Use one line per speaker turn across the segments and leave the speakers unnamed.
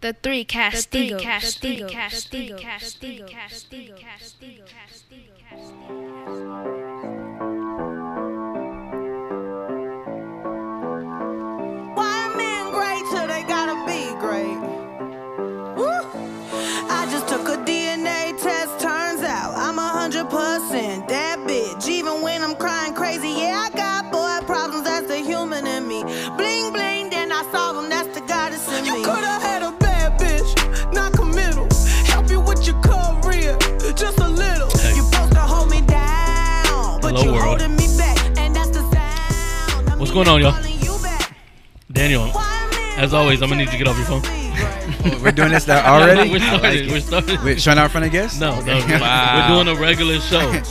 the three Castigo, Castigo,
Castigo,
Castigo,
Castigo,
Castigo,
Castigo,
Castigo, Castigo, Castigo.
Why men great till they gotta be great? Woo. I just took a DNA test, turns out I'm a hundred percent that bitch. Even when I'm crying crazy, yeah, I got boy problems. That's the human in me. Bling bling, then I solve 'em, That's the goddess in me.
You could've had a bad bitch, not committal. Help you with your career, just a little.
You supposed to hold me down, but
Hello,
you
world.
holding me back, and that's the sound. of
What's
me
going on, y'all?
calling you back.
Daniel,
Why men
as always,
great
I'm gonna need
till
you to get off your phone.
they gotta be great?
We're doing this now already.
we're
I
started.
it.
we're started.
Wait, showing our front of guests?
no, no,
Okay.
we're doing a regular show.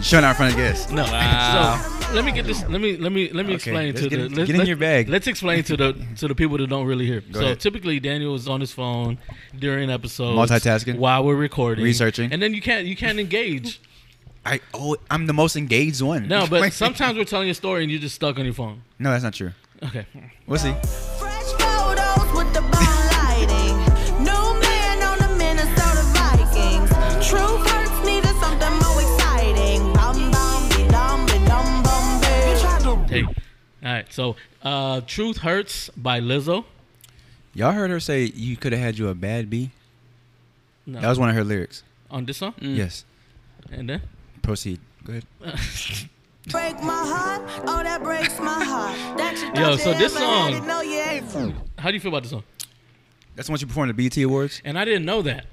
Showing our front of guests.
No.
Wow.
So let me get this. Let me let me let
Okay,
me explain
let's
to
get
the
in-
let's-
get in
let's-
your bag.
Let's explain to the to the people that don't really hear. so
ahead.
typically Daniel is on his phone during episodes,
Multitasking.
while we're recording,
Researching.
and then you can't you can't engage.
I oh, I'm the most engaged one.
No, but sometimes we're telling a story and you're just stuck on your phone.
no, that's not true.
Okay.
We'll see.
Fresh photos with the bomb lighting. New man on the Minnesota Vikings. True hurts needed something more exciting. Bum bum be dum be dum bum bee.
Hey. All right. So uh, "Truth Hurts" by Lizzo.
Y'all heard her say you could have had you a bad B.
No. Mm.
That was one of her lyrics.
on this song,
Yes.
and then
Proceed. Go ahead.
Break my heart, oh that breaks my heart. That you
Yo,
thought
so
you
this
ever had
song-
it, no, you ain't.
how do you feel about this song?
That's the one she performed at the BT Awards.
And I didn't know that.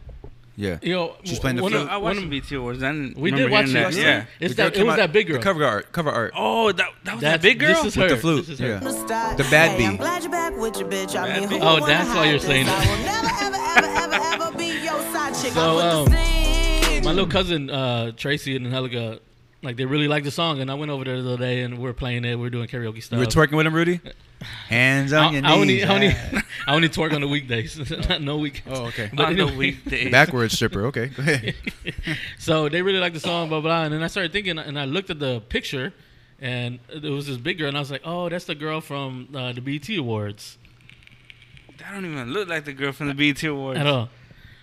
Yeah.
You know,
She's playing the
one
flute.
of-
I
one
watched
of-
the BT Awards. I didn't
We did
remember
watch
hearing
it.
that. Yeah.
It's
The girl
that, it
came
was
out-
that big
the
girl.
cover art. Cover art.
Oh, that, that was
That's-
that big girl.
This is her.
With the
This
flute.
is her.
Yeah.
Start.
The bad
hey,
beat.
I'm glad you're back with your bitch. I mean, who
beat.
would
Oh,
wanna
that's why
hide
you're
this?
saying
I
that.
will never, ever, ever, ever, ever be your side chick.
So,
I'm
um,
with the scene.
My little cousin uh, Tracy and Helica, like they really like the song, and I went over there the other day and we are playing it. We are doing karaoke stuff.
You were twerking with him, Rudy. Hands
I,
on your
I only,
knees.
I, only,
Ah.
I only twerk on the weekdays, not no weekends.
Oh, okay.
But
On the
anyway,
weekdays.
Backwards stripper. Okay. Go ahead.
so they really like the song, blah blah. And then I started thinking, and I looked at the picture, and it was this big girl, and I was like, oh, that's the girl from uh, the BT Awards
I don't even look like the girl from the BT Awards.
at all.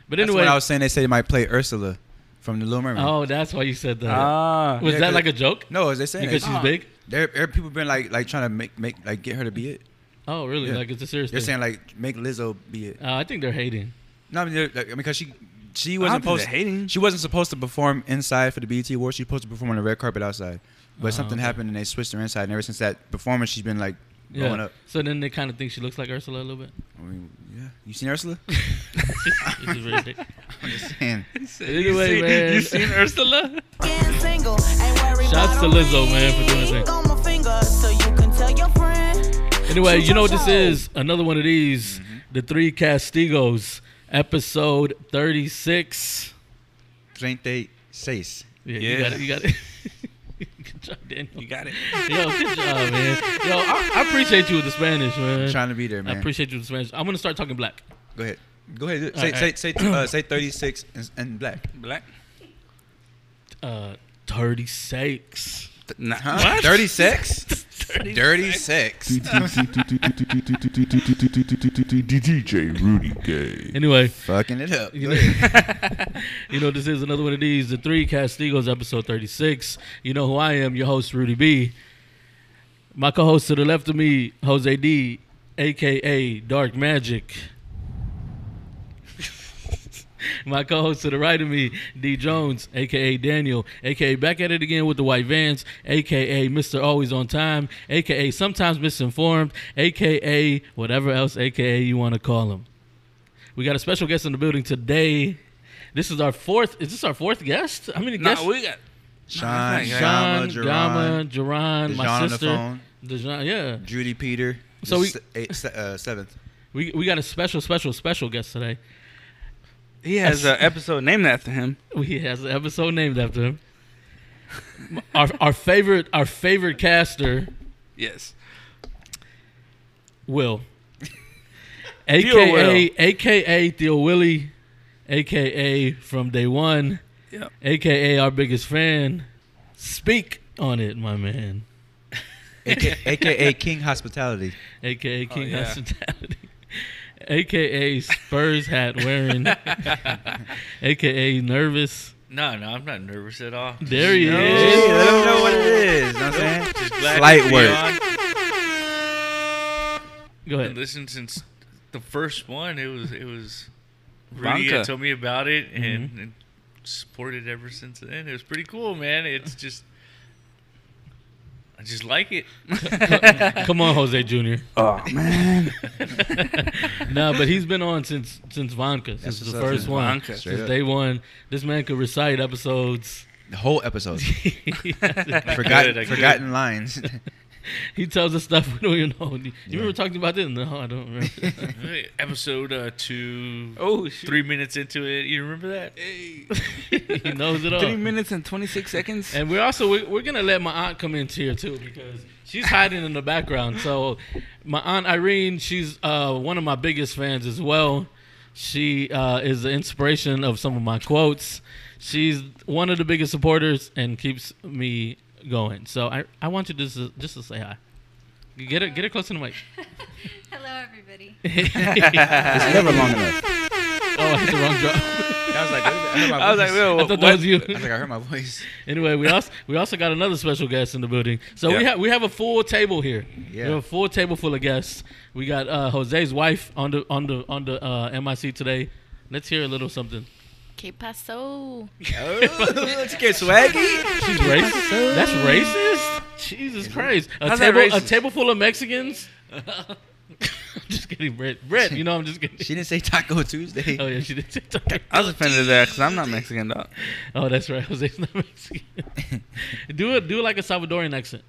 But
That's
anyway,
when I was saying they said they might play Ursula from the Little Mermaid.
oh, that's why you said that.
Ah.
was
yeah,
that
'cause-
like a joke?
No, as they saying
because
because
she's big.
there, there are people been like like trying to make make like get her to be it.
Oh, really?
Yeah.
Like it's a serious
They're saying
thing.
like make Lizzo be it.
uh, I think they're hating.
No, I mean, they're- like, I mean, cause she she
don't
wasn't
think they're
supposed
hating.
she wasn't supposed to perform inside for the BET Awards. She was supposed to perform on the red carpet outside,
Oh,
but something happened and they switched her inside. And ever since that performance, she's been like
Yeah.
going up.
So then they kind of think she looks like Ursula a little bit.
I mean, yeah, you seen Ursula?
Which is really sick.
I'm just saying.
Anyway,
you, see,
man.
you seen Ursula?
Getting single, ain't worried
Shouts to
about a
Lizzo, man, for doing
ring
that.
on my finger, so you can tell your friend.
Anyway, you know what this is? Another one of these,
Mm-hmm.
the Three Castigos, episode thirty-six.
36.
Yeah,
Yeah.
you got it. You got it. good job, Daniel.
You got it.
Yo, good job, man. Yo, I, I appreciate you with the Spanish, man.
Trying to be there,
Uh, I
man.
appreciate you with the Spanish. I'm gonna start talking black.
Go ahead. Go ahead.
All
Say
right, all
say
right.
say uh, say 36 and, and black.
Black.
Uh, thirty-six.
Nah.
Huh?
What?
36? Dirty sex.
DJ Rudy Gay.
Anyway,
Fucking it up.
You know, you know, this is another one of these, the Three Castigos, episode 36. You know who I am, your host, Rudy B. My co host to the left of me, Jose D, aka Dark Magic. My co host to the right of me, D Jones, aka Daniel, aka Back at It Again with the White Vans, aka Mr. Always On Time, aka Sometimes Misinformed, aka whatever else, aka you want to call him. We got a special guest in the building today. This is our fourth. Is this our fourth guest? How many
Nah,
guests?
we got.
Sean,
Sean,
Shama,
John,
Jerron,
Gama, Jerron,
Dejan on
my
the
sister.
phone.
Dejan, yeah.
Judy Peter.
So we-
the se- eight- se- uh, seventh.
We, we got a special, special, special guest today.
He has an episode named after him.
He has an episode named after him. our our favorite our favorite caster,
Yes.
Will.
Theo
AKA
Will.
AKA Theo Willie. AKA from day one.
Yep.
AKA our biggest fan. Speak on it, my man.
AKA King Hospitality.
aka King
Oh, yeah.
Hospitality. AKA Spurs hat wearing, AKA nervous.
No, no, I'm not nervous at all.
There he
Yeah,
is.
let them know what it is. You know what I'm saying?
Just glad
Slight
to be
work.
on.
Go
Been
ahead.
listening since the first one. It was it was Rudy
Banca.
had told me about it and,
Mm-hmm.
and supported ever since then. It was pretty cool, man. It's just I just like it.
Come on, Jose Jr.
Oh man,
No, but he's been on since since Vonka, since
what's
the
up,
first
man.
one,
Vonka.
Straight
since
up.
day one. This man could recite episodes.
The whole episode. Forgotten,
I could, I could.
forgotten lines.
he tells us stuff we don't even know. You remember talking about this? No, I don't remember.
Hey, Episode uh, two,
oh shoot.
three minutes into it. You remember that?
he knows it all.
Three minutes and 26 seconds.
And we're also we- we're gonna let my aunt come in here too because she's hiding in the background. So my aunt Irene, she's uh, one of my biggest fans as well. She uh, is the inspiration of some of my quotes. She's one of the biggest supporters and keeps me going. So I, I want you just to, just to say hi. Get it get it close to the mic.
Hello, everybody.
it's never long enough.
Oh, I hit the wrong drop.
I was like, I
I
heard
was
my
like,
voice.
yo,
I thought that was you.
I was like, I heard my voice.
Anyway, we also we also got another special guest in the building. So we
Yeah.
have we have a full table here.
Yeah.
We have a full table full of guests. We got uh, Jose's wife on the on the on the uh, MIC today. Let's hear a little something.
Que paso?
She's racist. That's racist. Jesus Christ! A
How's that
table a
racist?
table full of Mexicans. just kidding, Brett. Brett, you know I'm just kidding.
She didn't say Taco Tuesday.
Oh yeah, she did. TikTok.
I was offended there because I'm not Mexican, dog.
Oh, that's right. Jose's not Mexican. do it. Do like a Salvadorian accent.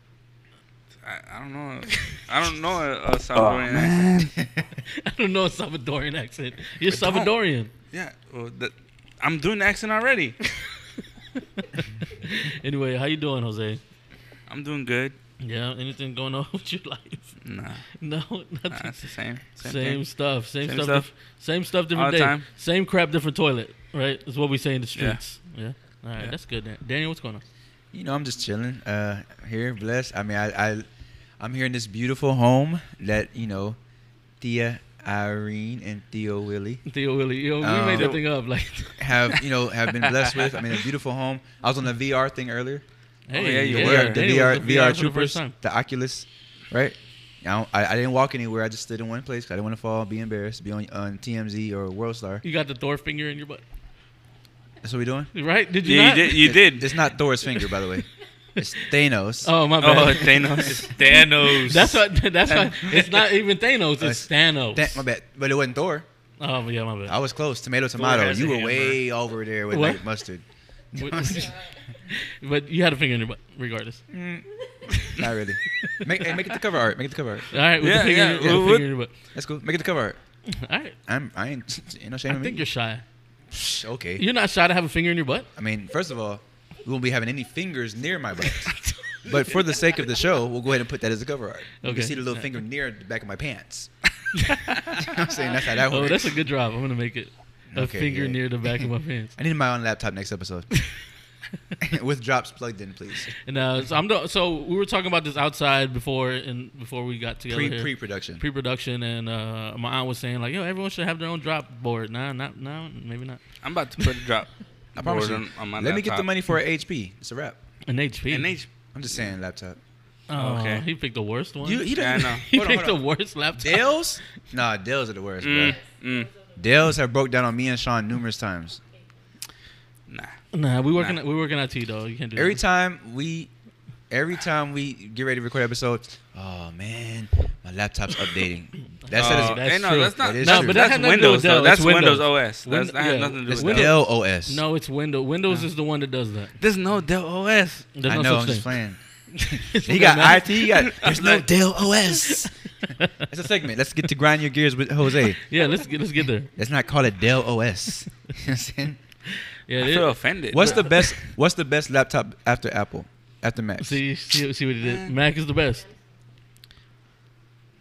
I, I don't know. I don't know a, a
oh
Salvadorian. accent.
man,
I don't know a Salvadorian accent. You're Salvadorian.
yeah, well, that, I'm doing the accent already.
Anyway, how you doing, Jose?
I'm doing good.
Yeah, anything going on with your life?
Nah, nah,
No, nothing.
it's the same.
same
Same, thing.
stuff, same,
Same
stuff,
stuff.
dif- same stuff, different
All the
day,
time.
same crap, different toilet. Right, is what we say in the
Yeah.
streets. Yeah. All right,
Yeah.
that's good. Dan- Daniel, what's going on?
You know, I'm just chilling uh, here, blessed. I mean, I, I, I'm here in this beautiful home that you know, Thea Irene and Theo Willie
Theo Willie, yo, we
Um,
made that thing up. Like,
have you know have been blessed with. I mean, a beautiful home. I was on the VR thing earlier.
hey,
Oh, yeah, you
The
were.
VR, the
Daniel
VR,
was on
VR
for the
troopers,
first
the,
time.
Oculus, right? I, don't- I, I didn't walk anywhere. I just stood in one place. 'cause I didn't want to fall, be embarrassed, be on, on TMZ or Worldstar.
You got the Thor finger in your butt,
That's what we doing.
right? Did you?
Yeah,
not?
you did. You did.
It's not Thor's finger, by the way. It's Thanos.
Oh my
Oh,
bad.
Thanos. Thanos.
That's what. That's why it's not even Thanos. It's
Us.
Thanos.
Tha- my bad, but it wasn't Thor.
oh yeah, my
I
bad.
was close. Tomato, tomato.
has
You
a
were
hammer.
way over there with
What?
like mustard.
but you had a finger in your butt, regardless.
Not really. Make, hey, make it the cover art. Make it the cover art.
All right, with
Yeah,
the finger,
yeah,
yeah,
we
the
would-
finger in your butt.
That's cool. Make it the cover art.
All right,
I'm. I ain't. Ain't no shame
I
in
think
me.
you're shy.
Psh, okay.
You're not shy to have a finger in your butt.
I mean, first of all, we won't be having any fingers near my butt. but for the sake of the show, we'll go ahead and put that as a cover art. You
Okay.
can see the little finger near the back of my pants. You know what I'm saying that's how that
Oh,
works.
that's a good drive. I'm gonna make it. A
Okay,
finger
yeah.
near the back of my pants.
I need my own laptop next episode. With drops plugged in, please.
And uh, so I'm the, so we were talking about this outside before and before we got together.
Pre
here.
pre production.
Pre-production and uh, my aunt was saying like, "Yo, everyone should have their own drop board." Nah, not no, maybe not.
I'm about to put a drop.
I promise you.
board on- on my
Let me get the
laptop.
money for an HP. It's a wrap.
An HP.
And H.
I'm just saying, laptop.
Oh,
Okay.
He picked the worst one.
You, he
Yeah, I
doesn't
know.
he
hold on,
picked
hold on.
the worst laptop.
Dales? Nah, Dales are the worst,
Mm,
bro.
mm,
Dales have broke down on me and Sean numerous times.
nah.
Nah, we working
Nah.
we working out T though. You can't do
Every
that.
time we, every time we get ready to record episodes, oh man, my laptop's updating. That's
Oh,
that is,
that's
hey, no,
true.
that's not.
That is
that's,
true. No, but that
had
that's
nothing to do with
Windows.
Dell.
Though.
That's
That's Windows OS.
Win-
That's, that has
yeah.
nothing to do
that's
with
Windows-
Dell.
Dell OS.
No, it's Windows. Windows is the one that does that.
There's no Dell OS.
There's
I
no
know. I'm
such
just
thing.
playing.
It's
He
okay,
got
man.
IT. He got. There's no Dell OS. That's a segment. Let's get to grind your gears with Jose.
Yeah, let's get let's get there.
Let's not call it Dell OS. You know what I'm saying?
Yeah,
I
it-
feel offended.
what's the best? What's the best laptop after Apple? After Mac?
See, see, see what he did. Mac is the best.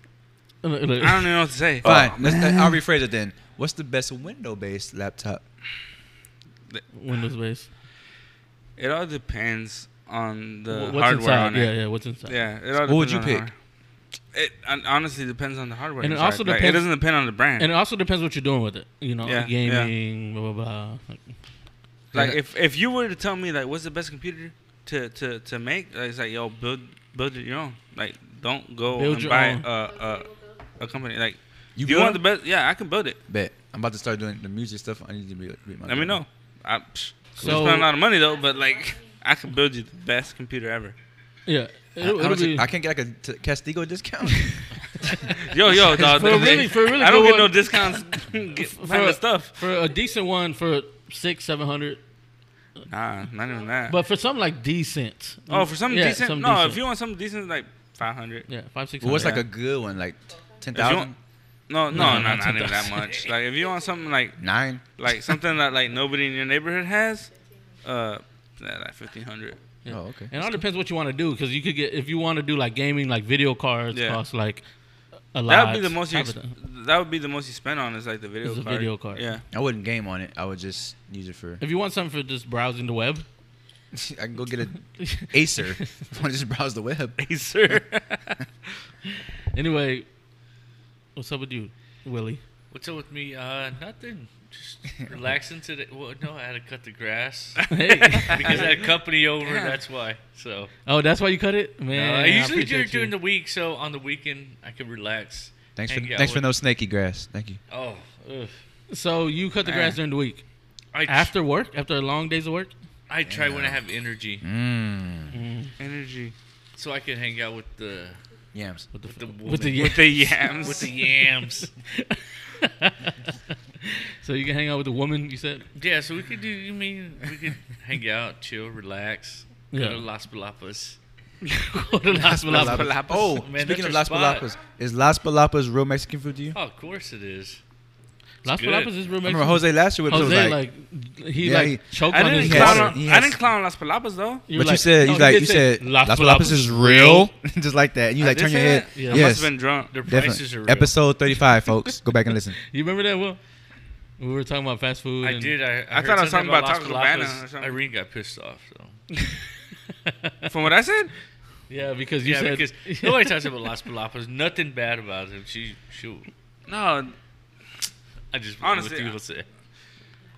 Look, look.
I don't even know what to
Oh.
say.
Fine. let's, uh, I'll rephrase it then. What's the best window-based laptop?
Windows based.
It all depends on the
Wh- what's
hardware
inside?
on
yeah,
it.
yeah. What's inside?
Yeah. it all
What would
depends
you
on
pick?
hardware.
It hon- honestly depends on the hardware.
And it
inside.
also
Like, it
depends-
doesn't depend on the brand.
And it also depends what you're doing with it. You know,
Yeah, yeah.
gaming, blah blah blah. Like,
like if if you were to tell me like what's the best computer to to to make, like, it's like yo build build it your own. Like don't go
Build
and
your
buy
own.
a, a a company. Like
You
if you
build
want the
them?
best? Yeah, I can build it.
Bet. I'm about to start doing the music stuff. I need to be like, read my
Let me know. I psh,
So-
so, spend a lot of money though, but like I can build you the best computer ever.
yeah. It,
How
it'll
much-
be-
I can't get like a t- Castigo discount.
Yo yo dog.
For a really- for a really
I don't
good
get no
one-
discounts. get,
for,
find the stuff.
for a decent one for six seven hundred,
Nah, not even that.
but for something like decent.
oh, for something
Yeah,
decent.
something
no,
decent.
if you want something decent, like five hundred.
yeah five six.
Well, what's like
hundred.
a good one? Like ten
If you
thousand,
want- No,
No,
no, no,
not
not even that
10,000.
much. Like if you want something like
nine.
like something that like nobody in your neighborhood has, uh, yeah, like fifteen hundred.
Yeah.
Oh, okay.
And it all depends what you want to do because you could get if you want to do like gaming, like video cards
Yeah.
cost like a lot.
That would be the most. You
type of
ex-
thing.
that would be the most you spend on is like the video
Is a
card.
video card.
Yeah.
I wouldn't game on it. I would just use it for.
If you want something for just browsing the web,
I can go get a Acer. if I want to just browse the web.
Hey, sir.
anyway, what's up with you, Willie?
What's up with me? Uh, nothing. Just relaxing today. Well, no, I had to cut the grass
Hey.
because I had company over. That's why. So
oh, that's why you cut it,
uh,
man.
I usually do
appreciate
it during
you.
the week, so on the weekend I could relax.
Thanks for
hang out
thanks for
with-
no snaky grass. Thank you.
Oh, ugh.
So you cut the grass
Eh.
during the week
I tr-
after work, after long days of work.
I try when I have energy,
Mmm.
Energy
so I can hang out with the
Yams.
with the with the,
With the
with the yams.
with the yams.
so you can hang out with the woman. You said
yeah, so we could do. You mean we could hang out, chill, relax,
Yeah.
go to Las Palapas.
Go to Las Palapas.
Palapas.
Oh,
Man,
speaking of Las
that's your spot.
Palapas, is Las Palapas real Mexican food to you?
Oh, of course it is.
Las
good.
Palapas is real
I remember
Mexican.
Jose last year. was
Jose
like,
like, he
Yeah,
like
he-
choked
I
on
didn't
his
He
clown
has-
water.
on.
he
I
has-
didn't clown on Las Palapas though.
You were oh,
but you said you
no,
like
did
you
say,
said Las Palapas is real, just like that. And you
I
like
did
turn
say
your head.
that? I must
Yes,
have been drunk.
Their prices are
definitely.
real.
Episode thirty-five, folks. Go back and listen.
You remember that, Will? We were talking about fast food.
I
and-
did. I, I,
I
heard
thought I was talking
something
about
Las
Taco Cabana
Palapas.
or something.
Irene got pissed off. So.
From what I said,
Yeah, because you
Yeah,
said
because nobody talks about Las Palapas. Nothing bad about him. She, she.
no.
I just
Honestly,
what
I-
people say.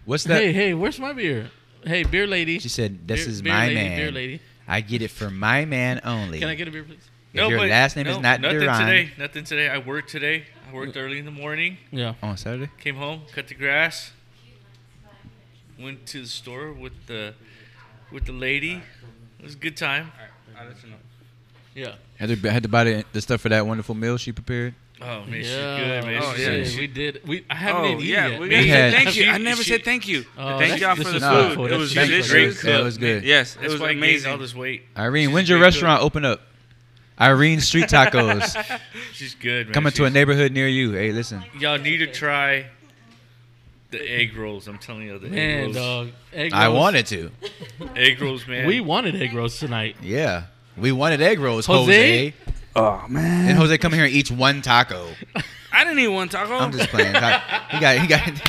What's that?
hey, hey, where's my beer? Hey, beer lady.
She said, "This
Beer-
is
beer
my
lady,
man.
Beer lady.
I get it for my man only.
Can I get a beer, please?
If your last name is
no,
not
nothing
Duran
today. Nothing today. I worked today. I worked early in the morning.
Yeah.
on Saturday,
Came home, cut the grass. Went to the store with the, with the lady. It was a good time.
I'll let you know.
Yeah.
had to, had to buy the, the stuff for that wonderful meal she prepared.
Oh man, she's
yeah.
good, man.
Oh,
she's
yeah.
good.
Shit, We did. We I haven't
Oh
even
yeah,
eaten
we
yet. man.
gotta
Yeah.
say thank
She-
you. I never
she-
said thank you.
Oh,
thank
that's-
y'all
this
for the
is
food.
thoughtful.
It
That's
was
thank you.
delicious.
Great
Yeah,
cook. It was good.
Yes, it
That's
was
why I gained all
amazing.
this weight.
Irene,
She's
when's
a
your
great
restaurant open up? Irene Street Tacos
She's good, man.
coming to a
She's-
neighborhood near you. Hey, listen,
Y'all need to try the egg rolls. I'm telling you, the
Man,
egg rolls.
dog. Egg
I
rolls.
wanted to.
Egg rolls, man.
We wanted egg rolls tonight.
Yeah, we wanted egg rolls,
Jose?
Jose.
Oh man,
And Jose come here and eats one taco.
I didn't eat one taco.
I'm just playing. I- He got he got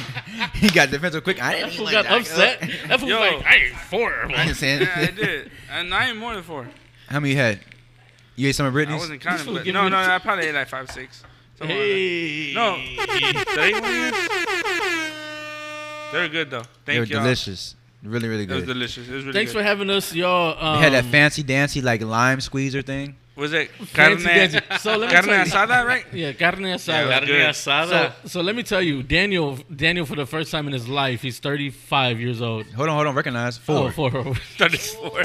he got defensive quick. I
That
didn't eat
fool
one
got
taco.
upset. That fool
Yo.
was like, I ate four. of 'em."
I'm just saying.
yeah, I did, and I ate more than four.
How many you had? You ate some of
I
Brittany's.
wasn't
fool
counting, but
giving
no,
me
no,
the-
I probably ate like five, six. Something like that.
Hey.
No, Did I eat one of yours? they're good though.
they were
Thank you.
delicious. Really, really
It was
good.
delicious. It was really
Thanks for
good.
having us, y'all. Um,
They had that fancy dancy like lime squeezer thing.
was it carne,
fancy dancy. So let me
carne
tell you.
asada, right?
Yeah, carne asada.
Carne
good.
So,
asada.
so let me tell you, Daniel, Daniel, for the first time in his life, he's 35 years old.
Hold on, hold on. Recognize
Oh,
four,
four.
Thirty-four.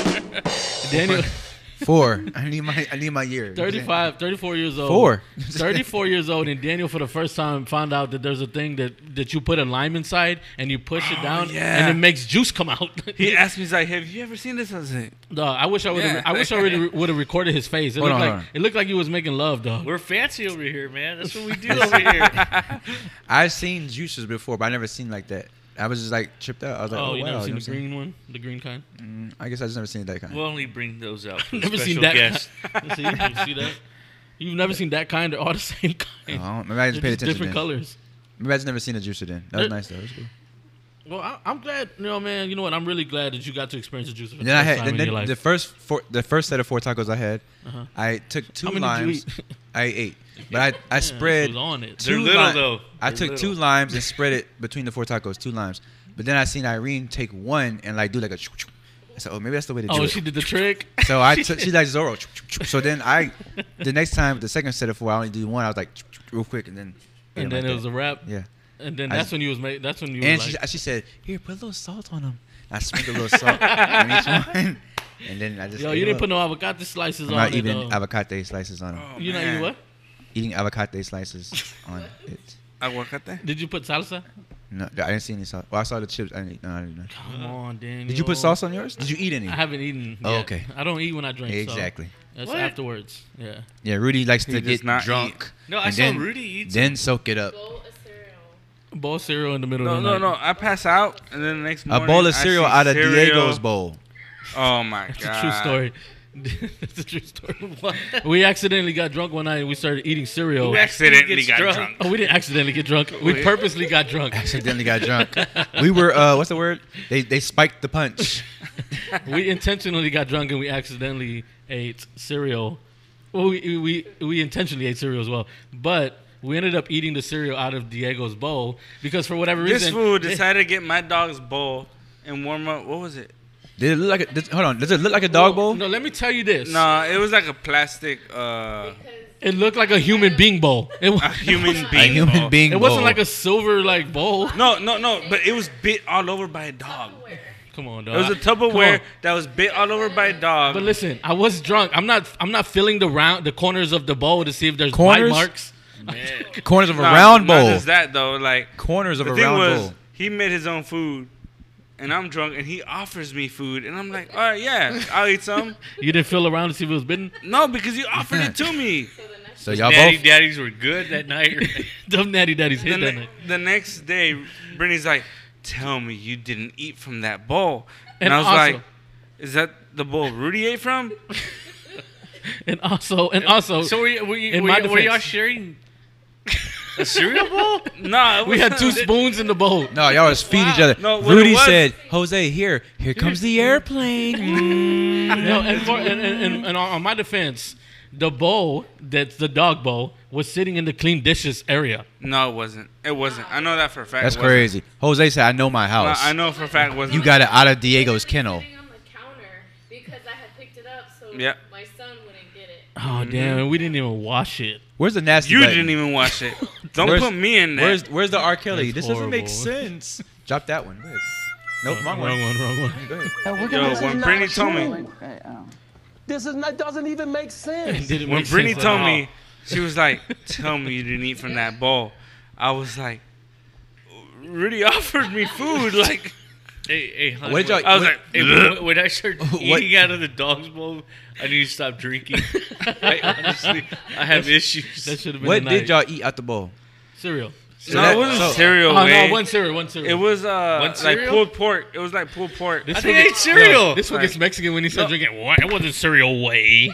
Daniel,
four. I need my, I need my year.
35, 34 years old.
Four.
34 years old, and Daniel, for the first time, found out that there's a thing that, that you put a lime inside and you push it down,
yeah.
and it makes juice come out.
He asked me, he's like, "Have you ever seen this?" I was like,
Dog, I wish I would.
Yeah.
have I wish I would have recorded his face. It
Hold
looked
on,
like
hold on.
it looked like he was making love, dog.
We're fancy over here, man. That's what we do over here.
I've seen juices before, but I never seen like that. I was just like tripped out. I was like,
Oh,
oh,
you
wow.
never
you
seen
know
the
what I'm
green one, the green kind.
saying? I guess I just never seen that kind.
We'll only bring those out. For
Never seen that.
guest.
See, you see that? You've never seen that kind. They're all the same kind.
Oh, I don't- maybe I just paid
They're just
attention. Then.
different colors.
Maybe I just never seen a juicer then. That was
There-
nice though. It was cool.
Well, I, I'm glad, you know, man. You know what? I'm really glad that you got to experience the juice for the
Then I
first
had
time
then,
in your
then
life. Uh-huh.
the first four, the first set of four tacos I had. I took two
How many did you
limes.
eat?
I I ate eight, but I I spread
was on it.
They're
two
little,
li-
though.
I
They're
took
little.
two limes and spread it between the four tacos, two limes. But then I seen Irene take one and like do like a. choo- choo. I said, oh, maybe that's the way to do
Oh,
it.
she did the trick.
So I took, she like Zorro. So then I, the next time, the second set of four, I only do one. I was like real quick, and then. ate
And
them
then
like
it was
that.
a wrap.
yeah.
And then
I
that's
just-
when you was made. That's when you
And
was
she,
like,
she said, "Here, put a little salt on them." I sprinkled a little salt on each one, and then I just.
"Yo,
ate
you
it
didn't
up.
put no avocado slices
I'm
on
not
it."
eating
though. Oh.
avocado Oh, slices on
Oh,
them.
you know you what?
Eating avocado slices on it.
Aguacate?
Did you put salsa?
No, I didn't see any salt. Well, I saw the chips. I didn't. eat- No, I didn't. Know.
Come on, Daniel.
Did you put sauce on yours? Did you eat any?
I haven't eaten.
Oh,
yet.
okay.
I don't eat when I drink. so
exactly.
that's
What?
afterwards. Yeah.
Yeah, Rudy likes to
does
get
not
drunk.
No, I
and
saw
then-
Rudy eat
Then soak it up.
Bowl cereal in the middle.
No,
of
no,
the
no. I pass out, and then the next
A
morning
bowl of
I
cereal
see
out of
cereal.
Diego's bowl.
Oh my god!
It's a true story. That's a true story. We accidentally got drunk one night and we started eating cereal.
We accidentally
Gets
got
drunk.
drunk.
Oh, we didn't accidentally get drunk. We purposely got drunk.
Accidentally got drunk. We were uh, what's the word? They they spiked the punch.
We intentionally got drunk and we accidentally ate cereal. Well, we, we, we intentionally ate cereal as well. But we ended up eating the cereal out of Diego's bowl because for whatever
This
reason.
fool decided to get my dog's bowl and warm up. What was it?
Did it look like a, does- hold on? Does it look like a dog bowl?
No, let me tell you this.
No, it was like a plastic uh,
It looked like a human being bowl. It, wa-
a human
a
being.
human
bowl.
being.
it wasn't
bowl.
like a silver like bowl.
No, no, no. But it was bit all over by a dog.
Come on, dog.
It was a
Come on.
Tupperware that was bit all over by a dog.
But listen, I was drunk. I'm not. I'm not filling the round, the corners of the bowl to see if there's
Corners?
bite marks.
corners of a
Nah,
round
not
bowl.
just that though. Like
Corners of
the
a
thing
round
was,
bowl.
he made his own food, and I'm drunk, and he offers me food, and I'm like, all right, yeah, I'll eat some.
You didn't feel around to see if it was bitten.
no, because you offered it to me.
So y'all
Daddy
both.
daddies were good that night. right?
Dumb natty daddies
The,
hit that
ne-
night.
the next day, Brittany's like, tell me you didn't eat from that bowl,
And
and, I was
also-
like, is that the bowl Rudy ate from?
And also, and also,
so were, you, were, you,
In
were,
my
you- were y'all
defense-
sharing a cereal bowl?
no, it
we had two
wasn't.
spoons in the bowl.
No, y'all was feeding each other.
No, what it
Rudy
was-
said, "Jose, here, here comes the airplane." Mm.
No, and, for, and, and, and, and on on my defense, the bowl that's the dog bowl was sitting in the clean dishes area.
No, it wasn't. It wasn't. I know that for a fact.
That's
it wasn't.
crazy. Jose said, "I know my
No,
house.
I know for a fact it wasn't.
You got it out of Diego's kennel."
sitting on the counter because I had picked it up so
Yep.
my son wouldn't get it.
Oh damn! And we didn't even wash it.
Where's the nasty?
You
button?
didn't even wash it. Don't
Where's-
put me in there.
Where's Where's the R. Kelly? this
That's
doesn't make sense. Drop that one. Go ahead. Nope, wrong
Wrong
one.
one, wrong one.
Go ahead.
Yo, when Brittany told me,
This is not, doesn't even make sense.
It didn't
when
make
Brittany
sense at
told
all.
me, she was like, "Tell me you didn't eat from that bowl." I was like, Rudy offered me food. Like,
Hey, hey, hon,
What did y'all-
I was
what-
like, hey, when, when I started
What-
eating out of the dog's bowl, I need to stop drinking. I, honestly, I have issues.
that should have been
What
the
did
night.
y'all eat at the bowl?
cereal?
no,
that-
it wasn't
so-
cereal.
Oh
way.
no, one cereal, one cereal.
it was
One
uh, like
cereal?
pulled pork. It was like pulled pork.
This
I
one
think I
gets-
ate cereal.
no, this one gets
Like-
Mexican when he starts drinking. What? It wasn't cereal way.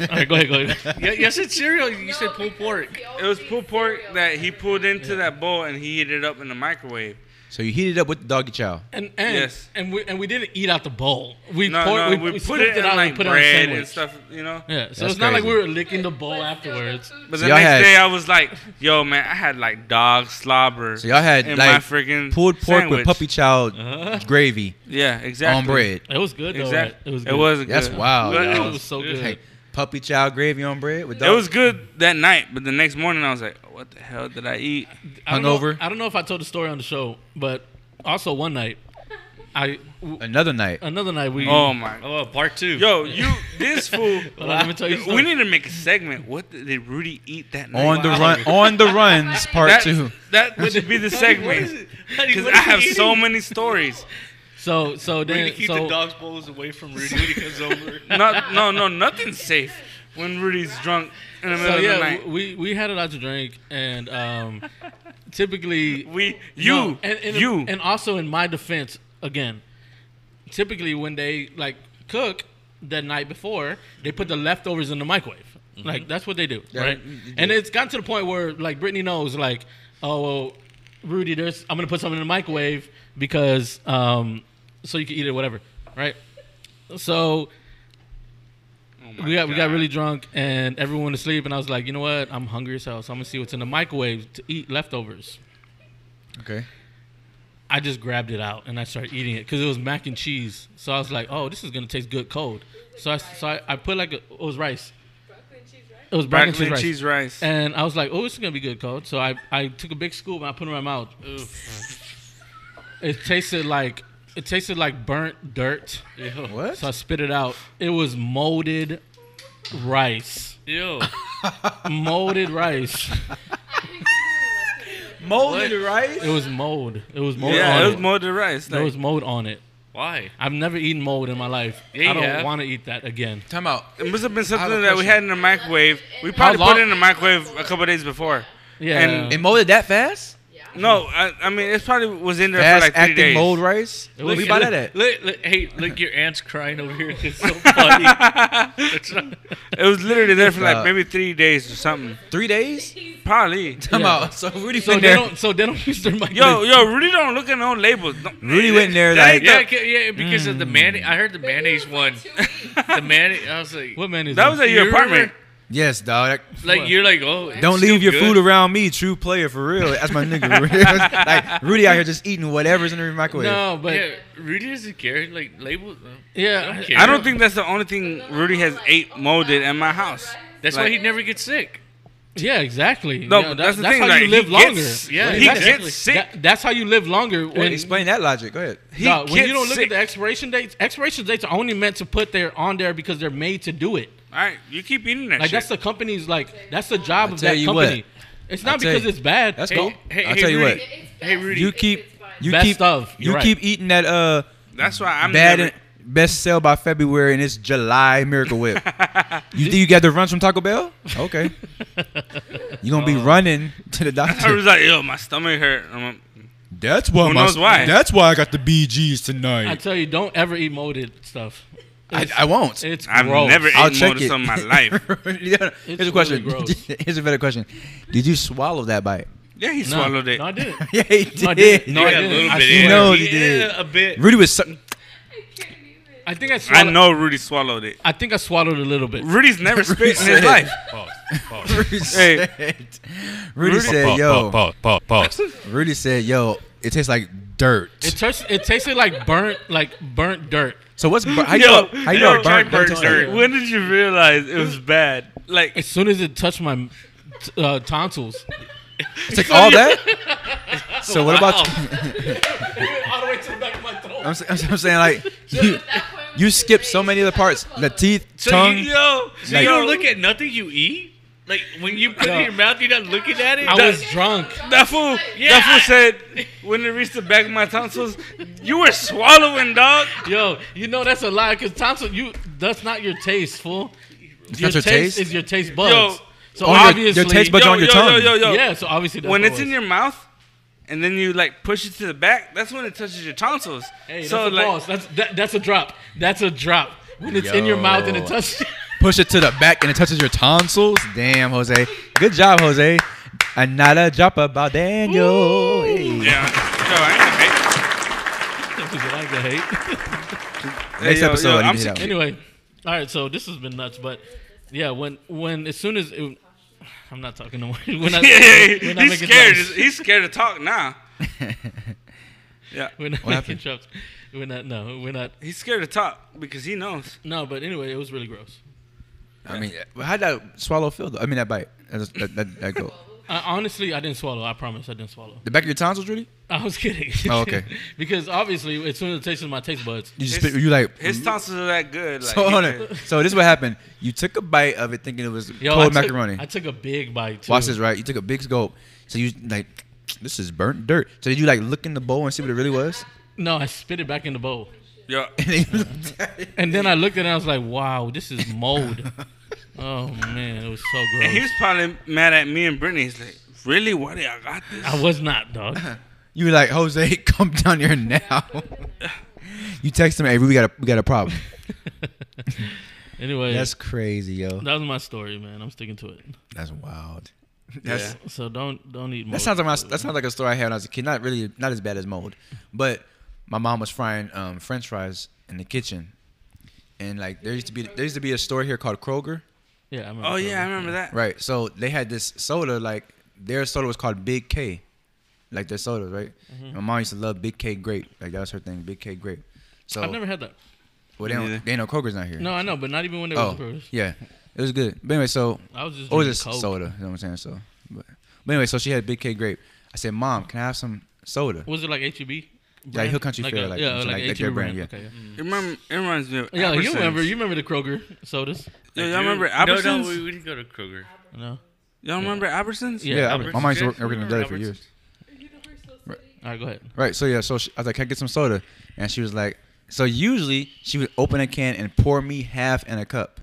All right, go ahead, go ahead.
yeah, yes, it's cereal. You said pulled pork.
it
Oh,
was pulled pork that he pulled into that bowl and he heated it up in the microwave.
So you heated up with the doggy chow.
And and,
Yes.
and we and we didn't eat out the bowl. We
No,
poured,
no,
we,
we,
we,
put
scooped
it in
out
like
and put
bread
it on sandwich.
and stuff. You know.
Yeah, so
That's
it's not like we
crazy.
were licking the bowl afterwards.
But
So
the
y'all
next
had-
day, I was like, "Yo, man, I had like dog slobber."
So y'all had
in my
like
freaking
pulled pork
sandwich.
with puppy chow gravy
Yeah, exactly.
on bread.
It was good though.
Exactly.
Right? It was. Good.
It was.
That's
good.
wild.
But
y'all.
it
It was so good.
Hey, puppy chow gravy on bread with
It
dog.
was good that night, but the next morning I was like, "What the hell did I eat?"
I don't know-
hungover.
I don't know if I told the story on the show, but also one night, I w-
Another night.
another night we.
Oh my!
Oh, part two.
Yo, you this fool.
Hold on, let me tell you
we
something.
need to make a segment. What did did Rudy eat that
Oh,
night?
On the run, on the runs, part
that,
two.
That would be the segment because I have so many stories.
So so
We're to
then
keep
so
the dog's bowls away from Rudy when he comes over.
No, no, no, nothing's safe when Rudy's drunk in the middle
so
of
yeah,
the night.
we we had a lot to drink, and um, typically
We, you,
No, and, and,
you,
and also in my defense, again, typically when they like cook the night before, they put the leftovers in the microwave.
Mm-hmm.
Like that's what they do, right? And it's gotten to the point where like Brittany knows, like, oh well, Rudy, there's I'm gonna put something in the microwave because um, so you can eat it, whatever, right? So
my
we got we got
God.
really drunk and everyone was asleep and I was like, you know what? I'm hungry as hell, so I'm gonna see what's in the microwave to eat leftovers.
Okay.
I just grabbed it out and I started eating it because it was mac and cheese. So I was like, oh, this is gonna taste good cold. So I so I, I put like a, it was rice. It was broccoli,
Broccoli
and cheese,
cheese rice.
And I was like, oh, this is gonna be good cold. So I I took a big scoop and I put it in my mouth. Ugh. it tasted like it tasted like burnt dirt.
What?
So I spit it out. It was molded rice.
Yo,
molded rice.
Molded rice?
It was mold. It was mold.
yeah,
on
it was molded rice.
There
like-
was mold on it.
why?
I've never eaten mold in my life.
Yeah,
I
you have.
don't want to eat that again.
Time out.
It must have been
I have
something
a
that we
question.
had in the microwave. We probably
long-
put it in the microwave a couple days before.
Yeah.
And-
It molded that fast?
No, I, I mean it probably was in there
Fast
for like three
acting
days.
mold rice?
It
Where
was-
you buy that at?
Look, look, hey, look, your aunt's crying over here. It's so funny. It's not-
It was literally there for like
Uh,
maybe three days or something.
Three days?
Probably.
Time
Yeah.
out. So Rudy
So
went
they
there.
don't. So they don't use their microwave.
Yo, yo, Rudy don't look at no labels. No,
Rudy went in there
That
like
ain't
yeah, I ca- yeah, because
Mm.
of the mayonnaise. I heard the mayonnaise one. The mayonnaise. I was like,
What man is
That was at your
You
apartment.
remember-
Yes, dog.
Like
What?
you're like, oh, it's
Don't
still
leave your
good.
food around me, true player for real. That's my nigga. like Rudy out here just eating whatever's in the microwave.
No, but
yeah, Rudy doesn't care. Like labels. uh,
yeah.
care.
I don't think that's the only thing Rudy has ate molded at my house.
That's
Like-
why he never gets sick.
Yeah, exactly.
No,
Yeah,
but
that-
that's the thing.
How
like,
you live
he
longer.
Gets,
Yeah,
he
exactly.
gets sick.
That- that's how you live longer.
Wait,
When,
explain that logic. Go ahead.
he
Dog, when
gets
you don't look
sick.
at the expiration dates, expiration dates are only meant to put there on there because they're made to do it.
All right, you keep eating that
Like
shit.
that's the company's like that's the job of
tell
that
you
company.
what.
It's not
tell
because
you-
it's bad.
That's
Hey,
cool.
Hey,
I'll
hey,
tell you
Rudy.
what.
Hey, Rudy.
You keep you
Best
keep
of.
you
You're
keep
right.
eating that uh
That's why I'm
bad
never-
and best sell by February and it's July Miracle Whip. you think you got the runs from Taco Bell? Okay. you gonna be running to the
I was
doctor.
like, yo, my stomach hurt. I'm like,
That's why
Who
my
knows why?
that's why I got the BGs
I
tonight.
tell you, don't ever eat molded stuff.
I, I won't.
It's
I've
gross.
never
I'll
eaten
check
molded
it.
in my life.
Yeah. Here's
really
a question.
gross.
Here's a better question. Did you swallow that bite?
Yeah, he
no,
swallowed it.
No, I didn't.
yeah, he did.
No, I didn't. No, I
Yeah, a
didn't.
little
I,
bit.
swear.
in.
No, he did.
Yeah, a bit.
Rudy was. Su-
I think I
I
swallowed.
know Rudy swallowed it.
I think I swallowed a little bit.
Rudy's never spit in his
said-
life.
Pause, pause,
Rudy
Hey.
said. Rudy said,
pause,
"Yo."
pause, pause, pause.
Rudy said, "Yo." It tastes like dirt.
It tastes. It tasted like burnt, like burnt dirt.
so what's bur- how you
Yo,
know, how you
yo,
know burnt,
Jack
dirt
Burton,
tastes like
dirt.
When did you realize it was bad? Like,
As soon as it touched my t- uh, tonsils,
It's like all that. So what about?
all the way to the back of my throat.
I'm, s- I'm s- I'm saying like you, you skip so many other parts: the teeth,
So
tongue.
you, yo, so
like-
you don't look at nothing you eat. Like when you put it in your mouth, you're not looking at it.
I
That-
was drunk.
that fool,
Yeah,
that fool said, when it reached the back of my tonsils, you were swallowing, dog.
Yo, you know that's a lie because tonsil. You that's not your taste, fool. Your,
not your
taste,
taste?
is your taste buds. so
Oh, your- your
obviously,
taste buds
yo,
are on your
yo,
tongue.
Yo, yo, yo.
yeah. So obviously, that's
when
what
it's
it
in
was.
your mouth and then you like push it to the back, that's when it touches your tonsils.
Hey, that's
so
a
like,
pause. That's that, that's a drop. That's a drop. When it's in your mouth and it touches.
Push it to the back and it touches your tonsils. Damn, Jose. Good job, Jose. Another drop about Daniel. Hey.
yeah. Yo, I
Because I like to hate.
Next
yo,
episode,
yo,
I need
I'm
to hit that one.
anyway, all right. So this has been nuts, but yeah, when when as soon as it, I'm not talking no more. When I,
ain't
when
yeah,
I
he's
make it
scared.
nice.
He's scared to talk now. yeah,
We're not
What
making jokes. We're not. No, we're not.
he's scared to talk because he knows.
No, but anyway, it was really gross.
I mean, how'd that swallow feel? Though? I mean, that bite. That, that, that, that go.
I, honestly, I didn't swallow. I promise, I didn't swallow.
The back of your tonsils, Rudy?
I was kidding.
Oh, okay.
because obviously, as soon as it tastes my taste buds,
You just
His-
spit, you like. mm.
His tonsils are that good.
Mm-hmm.
Like,
so
he
hold
could-
on. So this is what happened. You took a bite of it thinking it was
Yo,
cold
I took,
macaroni.
I took a big bite. Too.
Watch this, right? You took a big scope. So you like, this is burnt dirt. So did you like look in the bowl and see what it really was?
No, I spit it back in the bowl,
Yo,
And then you looked at it.
and then I looked at it. and I was like, "Wow, this is mold." oh man, it was so gross.
and he was probably mad at me and Brittany. He's like, really? Why did I got this?
I was not, dog.
You were like, Jose, come down here now. you text him, hey, we got a we got a problem.
anyway,
That's crazy, yo.
that was my story, man. I'm sticking to it.
That's wild. That's
So don't don't eat mold.
that sounds like my, that sounds like a story I had when I was a kid. Not really, not as bad as mold, but my mom was frying um, French fries in the kitchen, and like there used to be there used to be a store here called Kroger.
Yeah, I remember.
Oh yeah, I
Kroger.
remember that.
Right. So they had this soda, like their soda was called Big K. Like their sodas, right?
Mm-hmm.
My mom used to love Big K grape. Like that was her thing, Big K grape. So
I've never had that.
well, they
Me neither.
don't, they know Kroger's not here.
No, I know, but not even when they were
Oh, yeah. It was good. But anyway, so
I was just
or
drinking
just
Coke.
soda. You know what I'm saying? So, but, but anyway, so she had Big K grape. I said, Mom, can I have some soda?
Was it like HEB?
Like
brand?
Hill Country Fair,
a-
like,
yeah,
like,
like,
like their
HEB
brand,
brand.
yeah.
Okay,
It, remember, it reminds me of
yeah. Yeah, you
Albertsons.
remember? You remember the Kroger sodas?
Yo, y'all
Dude,
remember
No,
Albertsons?
no, we, we didn't go to Kroger.
No.
Y'all remember Albertsons?
Yeah.
Yeah, I- my
Albertsons,
mom used to
yeah.
work, work in the deli for years.
All right, go ahead.
Right. So yeah. So she, I was like, "Can I get some soda?" And she was like, "So usually she would open a can and pour me half in a cup,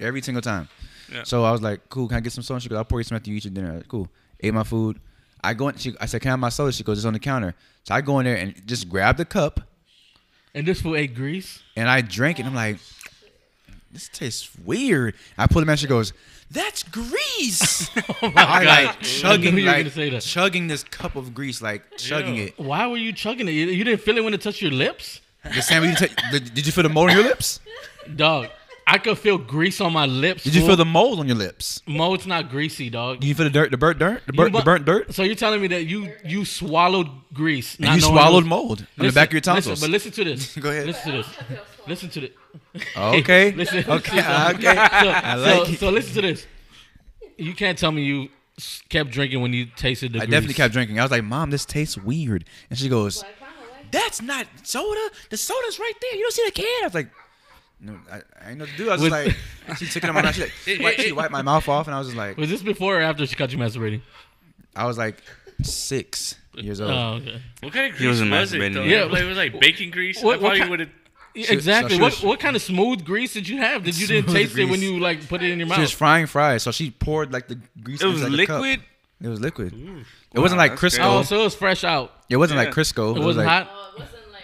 every single time."
Yeah.
So I was like, "Cool, can I get some soda?" She goes, "I'll pour you some after you eat your dinner." I was like, cool. Ate my food. I go in. She, I said, "Can I have my soda?" She goes, "It's on the counter." So I go in there and just grab the cup
And this fool ate grease.
and I drank it. And I'm like, "This tastes weird." I pulled it out. She goes, "That's grease."
Oh my
I
God.
like
I knew
chugging
you were
like
gonna say that.
chugging this cup of grease, like chugging
Ew.
it.
Why were you chugging it? You you didn't feel it when it touched your lips,
The Sam, you take- did, did you feel the mold on your lips?
dog. I could feel grease on my lips.
Did you
fool.
feel the mold on your lips?
Mo, it's not greasy, dog.
Did you feel the dirt, the burnt dirt, the, burnt,
bu-
the burnt dirt?
So you're telling me that you you swallowed grease,
And you
knowing
swallowed
it was-
mold on the
Listen,
back of your tonsils.
Listen, but listen to this.
Go ahead.
Listen to this. Listen to this.
Okay.
listen,
okay.
listen.
Okay.
So,
I like
so,
it.
so listen to this. You can't tell me you s- kept drinking when you tasted the
I
grease.
definitely kept drinking. I was like, "Mom, this tastes weird," and she goes, "That's not soda. The soda's right there. You don't see the can." I was like, "No, I, I ain't know what to do." I was just
With-
like, she took it on my mouth. She, like, wiped, she wiped my mouth off, and I was just like,
Was this before or after she caught you masturbating?
I was like six years old.
Oh, okay.
What kind of
He
grease
wasn't
was it
masturbating.
though?
Yeah.
Yeah, like, it was like bacon grease.
What- what
I probably
ki-
would have.
was-
exactly.
she
What
was-
what kind of smooth grease did you have that you didn't
Smooth
taste it when
grease.
you like put it in your
She was
mouth?
frying fries, so she poured like the grease.
It
into,
was
like, a cup.
liquid.
It was liquid. It wasn't like
that's good.
Crisco.
Oh, so it was fresh out.
It wasn't
Yeah.
like Crisco.
It wasn't
like,
hot.
Oh, it wasn't like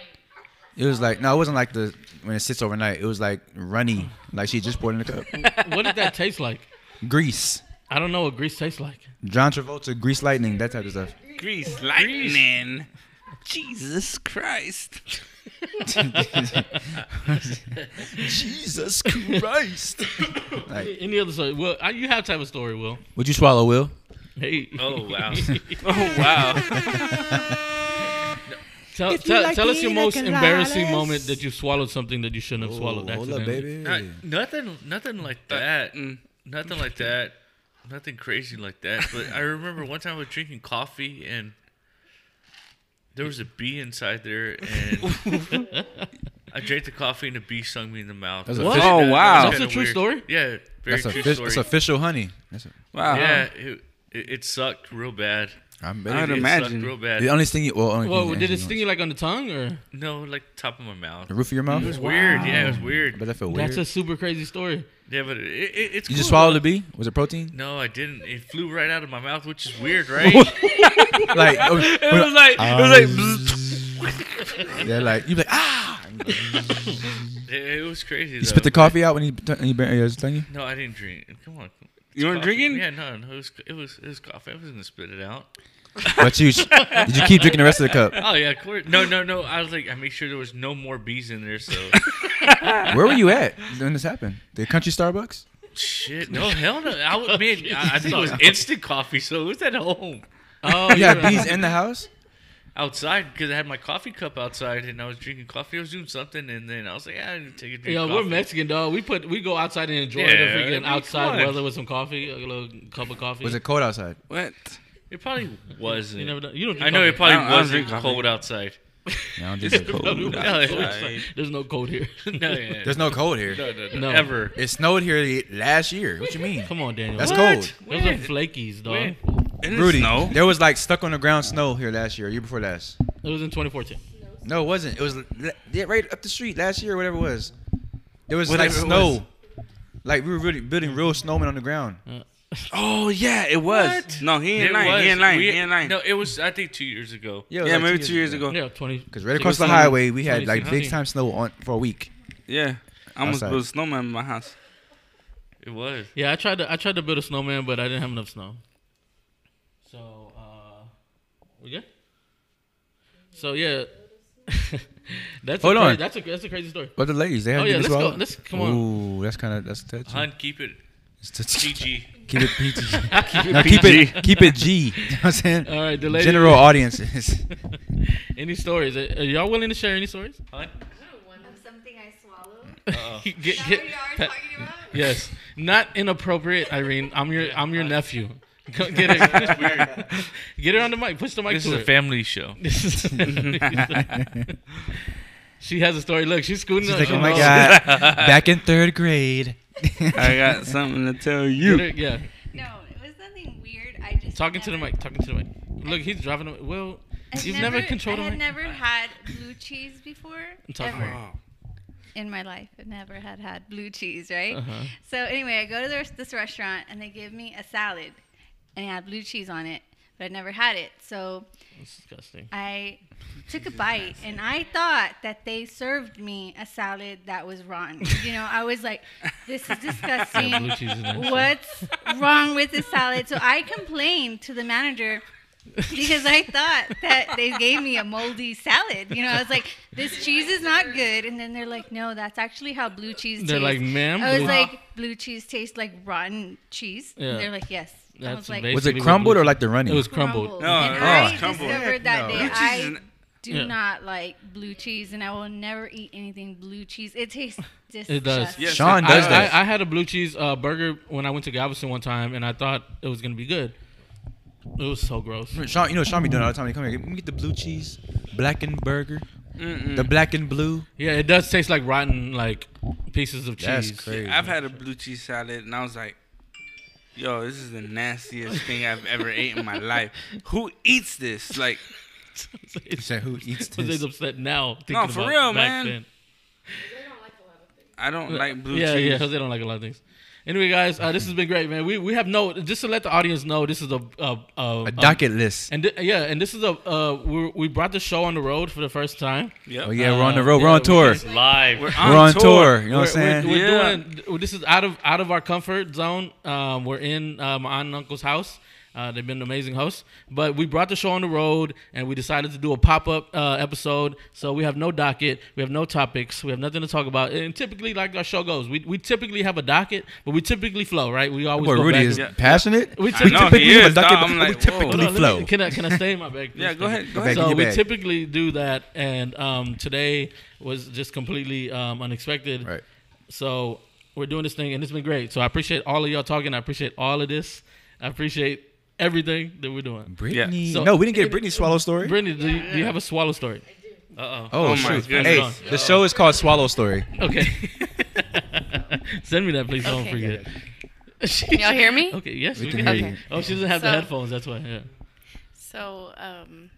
It was like no, it wasn't like the when it sits overnight. It was like runny, like she just poured in the cup.
what did that taste like?
Grease,
I don't know what grease tastes like.
John Travolta, Grease Lightning, that type of stuff.
Grease lightning. Jesus Christ.
Jesus Christ! like,
Any other story? Well, I- you have type of story, Will.
would you swallow, Will?
Hey,
Oh wow.
Oh wow.
tell,
you
tell,
like
tell us your
being a
most embarrassing
Corrales.
moment that you swallowed something that you shouldn't have swallowed.
Oh, hold up,
accidentally.
baby.
Not, nothing, nothing like
Uh,
that.
mm.
Nothing like that. Nothing crazy like that. But I remember one time I was drinking coffee and there was a bee inside there, and I drank the coffee and the bee stung me in the mouth.
That's a
It was
fish-
kinda-
Oh,
it was
wow.
kinda
That's a true
weird.
story?
Yeah, very
That's a uh-huh.
true
fish,
story.
that's official honey. That's a,
Wow.
yeah, it, it, it sucked real bad.
I'm
I would
better.
It
imagine.
sucked real bad.
The only thing you well, only
Well,
thing
did it
actually
sting you like on the tongue or?
No, like top of my mouth.
the
It
roof of your mouth?
was weird. Yeah, it was weird.
But that felt weird.
That's a super crazy story.
Yeah, but it, it, it's.
you
cool,
just swallowed
though.
a bee? Was it protein?
No, I didn't. It flew right out of my mouth, which is weird, right?
like oh, it was,
It was like it
Um,
was like
yeah, like you be like ah.
It, it was crazy.
You spit the coffee out when he when he bur- yeah, it's stung you.
No, I didn't drink. it. Come on.
You weren't
Coffee.
drinking?
Yeah, no, no. It was it was it was coffee. I wasn't gonna spit it out.
But you did you keep drinking the rest of the cup?
Oh yeah, of course. No, no, no. I was like, I made sure there was no more bees in there. So
Where were you at when this happened? The country Starbucks?
shit. No, hell no. I was man. I, I think it was instant coffee, so it was at home
Oh,
You had bees in the house?
outside because I had my coffee cup outside and I was drinking coffee. I was doing something, and then I was like, yeah, I need to take a drink.
Yo,
of
we're
coffee.
Mexican, dog. We put we go outside and enjoy
Yeah,
the
I mean,
freaking
come
outside
on.
weather with some coffee, a little cup of coffee.
Was it cold outside?
what?
It probably wasn't.
You never know. You don't.
I
Drink
know it
coffee.
probably
I don't- I don't
wasn't
drink coffee.
cold outside.
No, I'm just
Probably
cold.
not.
No, it
So it's
was-
like, There's no cold here.
No, yeah,
There's no cold here.
no, no, no,
No.
ever.
It snowed here the- last year. What you mean?
Come on, Daniel.
That's
What?
cold.
Those are flakies, dog.
When?
It is
Rudy,
snow.
there was like stuck on the ground snow here last year, year before last.
It was in 2014.
No, it wasn't. It was l- yeah, right up the street last year, whatever it was. There was
Whatever
like
it
snow. Like we were really building real snowmen on the ground.
Oh yeah, it was.
What?
No, he ain't
It
lying.
was.
He ain't lying.
We-
he ain't lying.
No, it was I think two years ago.
it was
yeah,
like
maybe two years ago.
Yeah, 20.
Because right across the
16,
highway, we had like
2016.
big time snow on for a week.
Yeah. I almost
Outside.
built a snowman in my house.
It was.
Yeah, I tried to I tried to build a snowman, but I didn't have enough snow. So uh, we good. So yeah, That's
Hold
a cra-
on.
That's a that's a crazy story.
What the ladies? They had
Oh,
to
yeah,
do this
let's
well?
go- let's- come on.
Ooh, that's kind of that's touchy.
Hun, keep it
It's touchy.
PG.
Keep it PG.
it
no, keep
PG.
it keep it G. You know what I'm saying?
All right, the lady-
General audiences.
any stories? Are are y'all willing to share any stories?
Hun,
Of something I swallowed.
Get-
Is that
get-
what you are
pa-
talking about?
yes, not inappropriate, Irene. I'm your I'm your nephew. Go- Get it. Get it on the mic. Push the mic
this
to
is a
her.
family show.
This is- she has a story. Look, she's scooting.
She's
up.
like,
She
oh my
knows."
god, back in third grade.
I got something to tell
Get
you.
her- yeah,
No, it was nothing weird. I just
talking to the
never-
mic. Talking to the mic. Look, he's driving. A, well,
I've
you've never, controlled
I
a
had
mic.
never had blue cheese before.
I'm talking
Ever.
Oh.
about-
in my life. I never had had blue cheese, right?
Uh-huh.
So anyway, I go to this, this restaurant and they give me a salad, and it had blue cheese on it, but I never had it. So
It's disgusting.
I took a bite and I thought that they served me a salad that was rotten. You know, I was like, this is disgusting.
Yeah, blue cheese is nasty.
What's wrong with this salad? So I complained to the manager because I thought that they gave me a moldy salad. You know, I was like, this cheese is not good. And then they're like, no, that's actually how blue cheese
They're
tastes.
like, "Ma'am,
I was
blue-
like, blue cheese tastes like rotten cheese. And
Yeah.
they're like, yes. I
That's
was like,
amazing.
Was
Basically,
it
we
crumbled
blew-
or like the running?
It was crumbled.
No,
and
oh,
I
it's crumbled.
discovered that
No.
day
Blue
cheese
I
is n-
do
Yeah.
not like blue cheese, and I will never eat anything blue cheese. It tastes disgusting.
It does.
Yes,
Sean
I-
I,
does
I-
that.
I, I had a blue cheese uh, burger when I went to Galveston one time, and I thought it was gonna be good. It was so gross.
Sean, you know Sean be doing all the time. He come here, let me get the blue cheese, blackened burger, the black and blue.
Yeah, it does taste like rotten like pieces of cheese.
That's crazy.
I've had a blue cheese salad and I was like, yo, this is the nastiest thing I've ever ate in my life. Who eats this? Like,
You said who eats
Jose's
this?
upset now. Thinking
for
about
real,
back
man.
then.
I don't like blue
yeah,
cheese.
yeah, Jose don't like a lot of things. Anyway, guys, uh, this has been great, man. We we have no just to let the audience know this is a a, a,
A docket list.
um, and thi- yeah, and this is a uh, we we brought the show on the road for the first time.
Yep.
Oh yeah, we're on the
Uh,
road. We're
yeah,
on
we
tour.
did.
Live.
We're
We're on tour. You know what I'm
we're,
saying?
we're
Yeah.
doing this is out of out of our comfort zone. Um, we're in uh, my aunt and uncle's house. Uh, they've been amazing hosts, but we brought the show on the road, and we decided to do a pop up uh, episode. So we have no docket, we have no topics, we have nothing to talk about. And typically, like our show goes, we, we typically have a docket, but we typically flow, right? We always
Boy,
go
Rudy
back
is
and-
Yeah.
passionate.
We
We
I know,
typically
he
have a
is,
docket,
dog.
but
I'm
we
like, whoa.
Hold
typically
on, let me-
flow.
Can I can I stay in my bag? please?
Yeah, go ahead, go
Back
ahead.
in
So
your
we
bag.
typically do that, and um, today was just completely um, unexpected.
Right.
So we're doing this thing, and it's been great. So I appreciate all of y'all talking. I appreciate all of this. I appreciate everything that we're doing.
Brittany.
So-
no, we didn't get a Brittany swallow story.
Brittany, do, you, do you have a swallow story?
Uh oh.
oh,
Oh my
shoot.
goodness.
Hey,
Hold
the show is called Swallow Story.
Okay. Send me that, please. Don't
Okay.
forget.
Can y'all hear me?
Okay. Yes, we,
can
can.
hear you.
Oh, she doesn't have the
So-
headphones. That's why. Yeah.
So, um,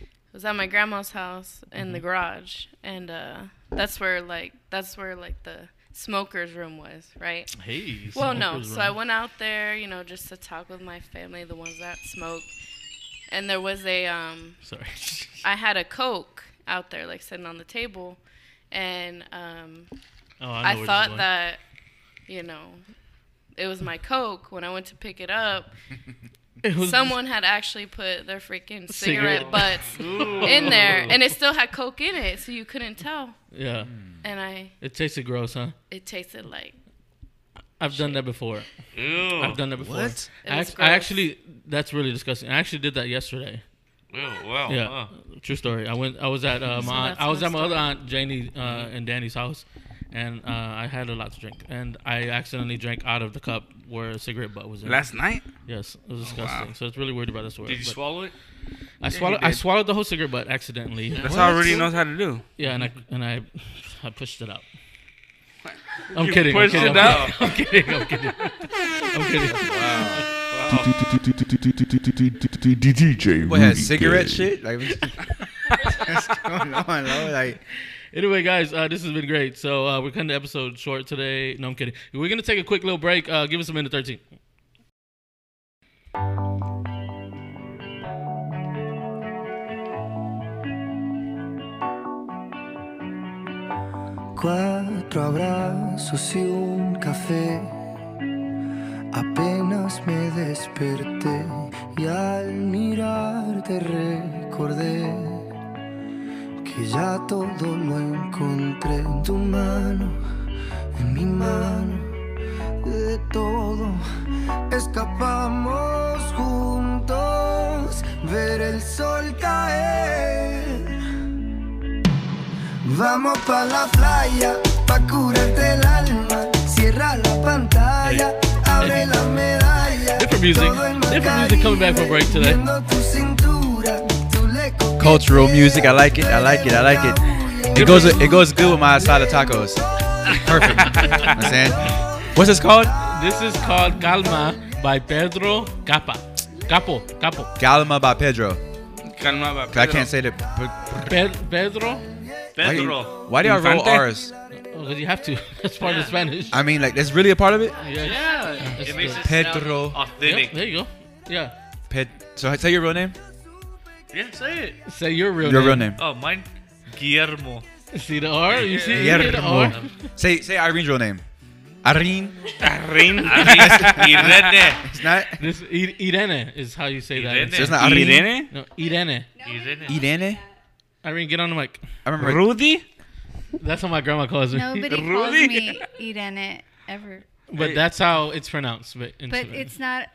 it was at my grandma's house in the garage, and uh, that's where like that's where like the smokers room was, right?
Hey.
Well, no.
smokers
So
room.
I went out there, you know, just to talk with my family, the ones that smoke. And there was a um,
Sorry.
I had a Coke out there, like sitting on the table, and um,
Oh,
I,
know where this is
thought
going.
that, you know, it was my Coke. When I went to pick it up,
It was-
someone had actually put their freaking cigarette,
Cigarette.
butts in there, and it still had Coke in it, so you couldn't tell.
Yeah.
Mm.
And I,
It tasted gross, huh?
it tasted like
I've done that before.
Ew.
I've done that before.
What?
It
I,
was
ac- I
gross.
actually, that's really disgusting. I actually did that yesterday.
Ew, wow.
Yeah,
wow.
true story. I went. I was at uh, my. aunt-
that's
I was at my
messed
other aunt Janie uh, and Danny's house, and uh, I had a lot to drink, and I accidentally drank out of the cup where a cigarette butt was in.
Last night?
yes, it was disgusting. So it's really weird about this story.
Did you
but
swallow it?
I swallowed. I
did.
swallowed the whole cigarette butt accidentally.
That's all Rudy knows how to do.
yeah, and I and I, I pushed it out. I'm kidding.
pushed
I'm kidding,
it
I'm
out?
kidding, I'm kidding. I'm kidding. I'm kidding.
DJ
What had
Rudy
cigarette
Gay.
shit? Like, what's going on, Lord? Like,
Anyway, guys, uh, this has been great. So uh, we're cutting the episode short today. No, I'm kidding. We're gonna take a quick little break. Uh, give us a minute, thirteen.
Cuatro abrazos y un café. Apenas me desperté y al mirarte recordé que que ya todo lo encontré en tu mano, en mi mano, de todo. Escapamos juntos, ver el sol caer. Vamos pa' la playa, pa' curarte el alma. Cierra la pantalla, abre la medalla.
Different music.
Todo en
Different music coming back from break today.
Viendo tu cintura, tú le
Cultural music. I like it. I like it. I like it. It goes. It goes good with my asada tacos. Perfect. I'm saying. What's this called?
This is called Calma by Pedro Capa. Capo. Capo.
Galma by Pedro.
Calma, va,
'Cause I
Pedro.
can't say the. Pe-
Pe- Pedro.
Why do you- Why do y'all roll
Infante?
R's?
Oh, 'cause you have to. That's part of Spanish.
I mean, like that's really a part of it.
Yeah.
It
That's
makes
the-
it sound
Pedro.
authentic.
Yep, there you go. Yeah.
Ped. So say your real name.
Yeah, say it.
Say your real
Your
name.
real name.
Oh, mine, Guillermo.
See the R? You see? You see the R?
Guillermo. Say say Irene's real name. Irene.
Irene.
Irene.
It's not.
This I- Irene is how you say
Irene.
that.
So it's not Irene? Irene?
No, Irene.
Irene.
Irene, get on the mic.
I remember.
Rudy.
That's how my grandma calls me.
Nobody calls me Irene ever.
But that's how it's pronounced. But, in
But
Spanish.
it's not.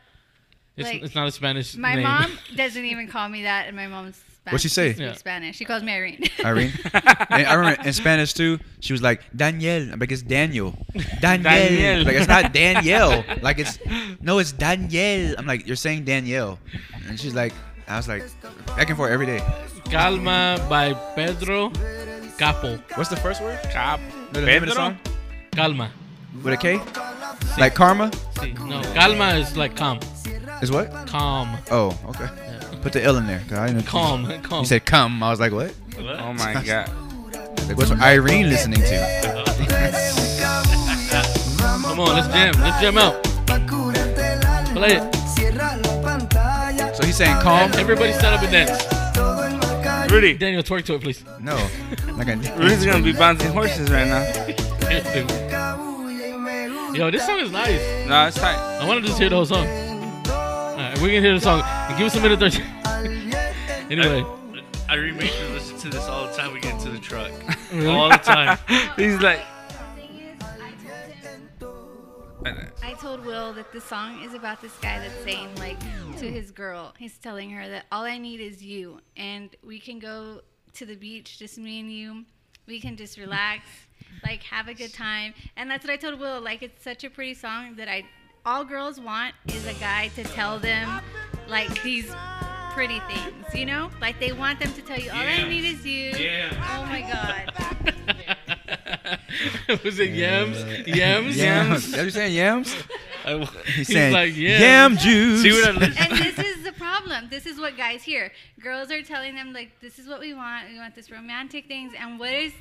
It's-
like,
it's not a Spanish
My
name.
mom doesn't even call me that, and my mom's Spanish.
What'd she say?
speaks
Yeah.
Spanish. She calls me Irene.
Irene. and I remember in Spanish too, she was like Daniel. I'm like it's Daniel. Daniel.
Daniel.
Like it's not Danielle. Like it's no, it's Daniel. I'm like you're saying Danielle, and she's like, I was like, back and forth every day.
Calma by Pedro Capo.
What's the first word?
Cap.
No, the name of the song?
Calma.
With a K? Like karma?
See, no, calma is like calm.
Is what?
Calm.
Oh, okay. Put the L in there. 'cause I didn't know-
Calm, calm.
You said come. I was like, what?
What? Oh my God.
Like, what's Irene listening to?
Come on, let's jam. Let's jam out. Play it.
Cierra la pantalla.
So he's saying calm.
Everybody stand up and dance.
Rudy.
Daniel, twerk to it, please.
No.
Rudy's gonna be bouncing horses right now.
Yo, this song is nice.
Nah, it's tight.
I want to just hear the whole song. Alright, we're gonna hear the song. Give us a minute 30. anyway.
I remake to listen to this all the time we get into the truck.
Really?
All the time.
He's like,
I told Will that the song is about this guy that's saying like to his girl, he's telling her that all I need is you, and we can go to the beach, just me and you. We can just relax, like have a good time, and that's what I told Will. Like it's such a pretty song that I, all girls want is a guy to tell them like these pretty things, you know? Like they want them to tell you all I
Yeah.
need is you.
Yeah.
Oh my God.
Was it yams? Yams?
Yams. Are you saying yams?
he's
saying
like, yeah.
yam juice.
See what I
and this is the problem. This is what guys hear. Girls are telling them like, "This is what we want. We want this romantic things." And what is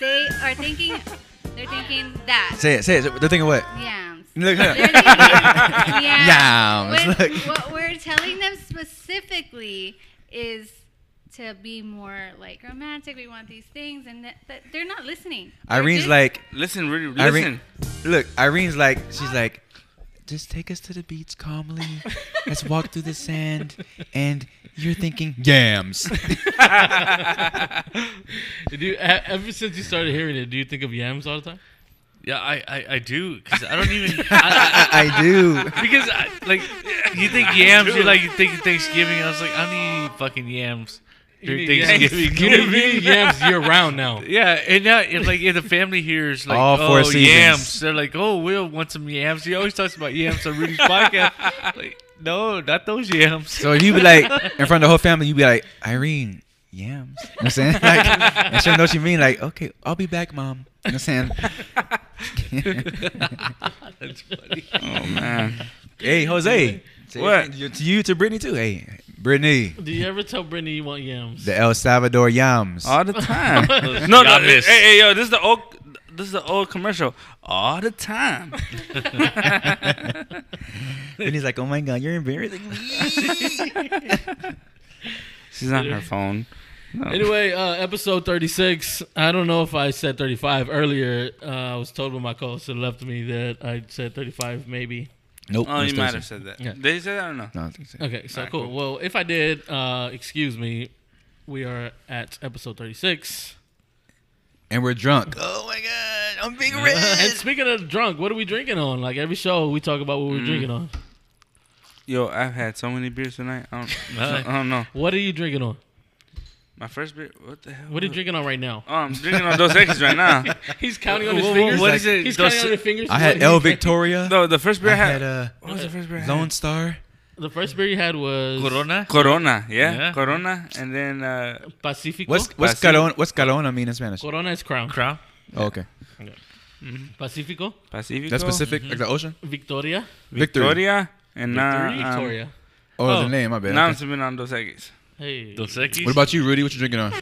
they are thinking? They're thinking that.
Say it. Say it. They're thinking what?
Yams.
Look.
They're
look.
thinking yams.
Yams.
When-
Look.
What we're telling them specifically is to be more like romantic. We want these things, and that, that they're not listening.
Irene's like,
listen, Rudy,
Irene, look, Irene's like, she's like, just take us to the beach calmly. Let's walk through the sand, and you're thinking yams.
Do you, e- ever since you started hearing it, do you think of yams all the time?
Yeah, I, I, I do because I don't even.
I do.
because I, like you think yams, you're like you think Thanksgiving. I was like, I don't need fucking yams
You
during
need yams.
Thanksgiving.
You need- you need yams year-round now.
Yeah, and now and like if the family hears like
All four
oh
seasons.
yams, they're like, oh, Will wants some yams. He always talks about yams on Rudy's podcast. Like, no, not those yams.
So you be like, in front of the whole family, you be like, Irene, yams. You know what I'm saying? Like, and she'll know what you mean. Like, okay, I'll be back, mom. You know what I'm saying?
That's funny.
Oh man.
Hey, Jose.
What?
To, to you, to Brittany too. Hey, Brittany,
Do you ever tell Brittany you want yams?
the El Salvador yams.
All the time. Oh, no, no. Hey,
Yamas.
hey, yo, this is the old, this is the old commercial. All the time.
and he's like, oh my god, you're embarrassing me.
She's on her phone. No.
Anyway, uh, episode 36. I don't know if I said 35 earlier. Uh, I was told by my co host left me that I said 35, maybe.
Nope.
Oh,
it was
you might have
36.
said that.
Yeah.
Did you say that or no?
No, I think so.
Okay, so
Alright,
cool.
cool.
Well, if I did, uh, excuse me. We are at episode 36.
And we're drunk. Oh my god, I'm big red.
and speaking of drunk, what are we drinking on? Like every show, we talk about what we're
Mm.
drinking on.
Yo, I've had so many beers tonight. I don't,
Alright.
I don't know.
What are you drinking on?
My first beer. What the hell?
What are you drinking on right now?
Oh, I'm drinking on Dos Equis right now.
He's counting on his
Whoa, whoa,
fingers.
What is it?
He's
Dos-
counting on his fingers.
I had El Victoria.
No, the first beer I had.
uh,
what was the first beer? I had?
Lone Star.
The first beer you had was
Corona.
Corona, yeah,
Yeah.
Corona, and then uh,
Pacifico.
What's what's
Pacifico.
Carona? What's Carona mean in Spanish?
Corona is crown.
Crown.
Oh, okay,
Pacifico.
Pacifico.
that's Pacific, like the ocean.
Victoria.
Victory.
Victoria, and now
Victory,
um,
Victoria.
Oh,
Oh.
the name. My bad.
now I'm
Okay.
sipping on Dos Equis.
Hey.
Dos Equis.
What about you, Rudy? What you drinking on?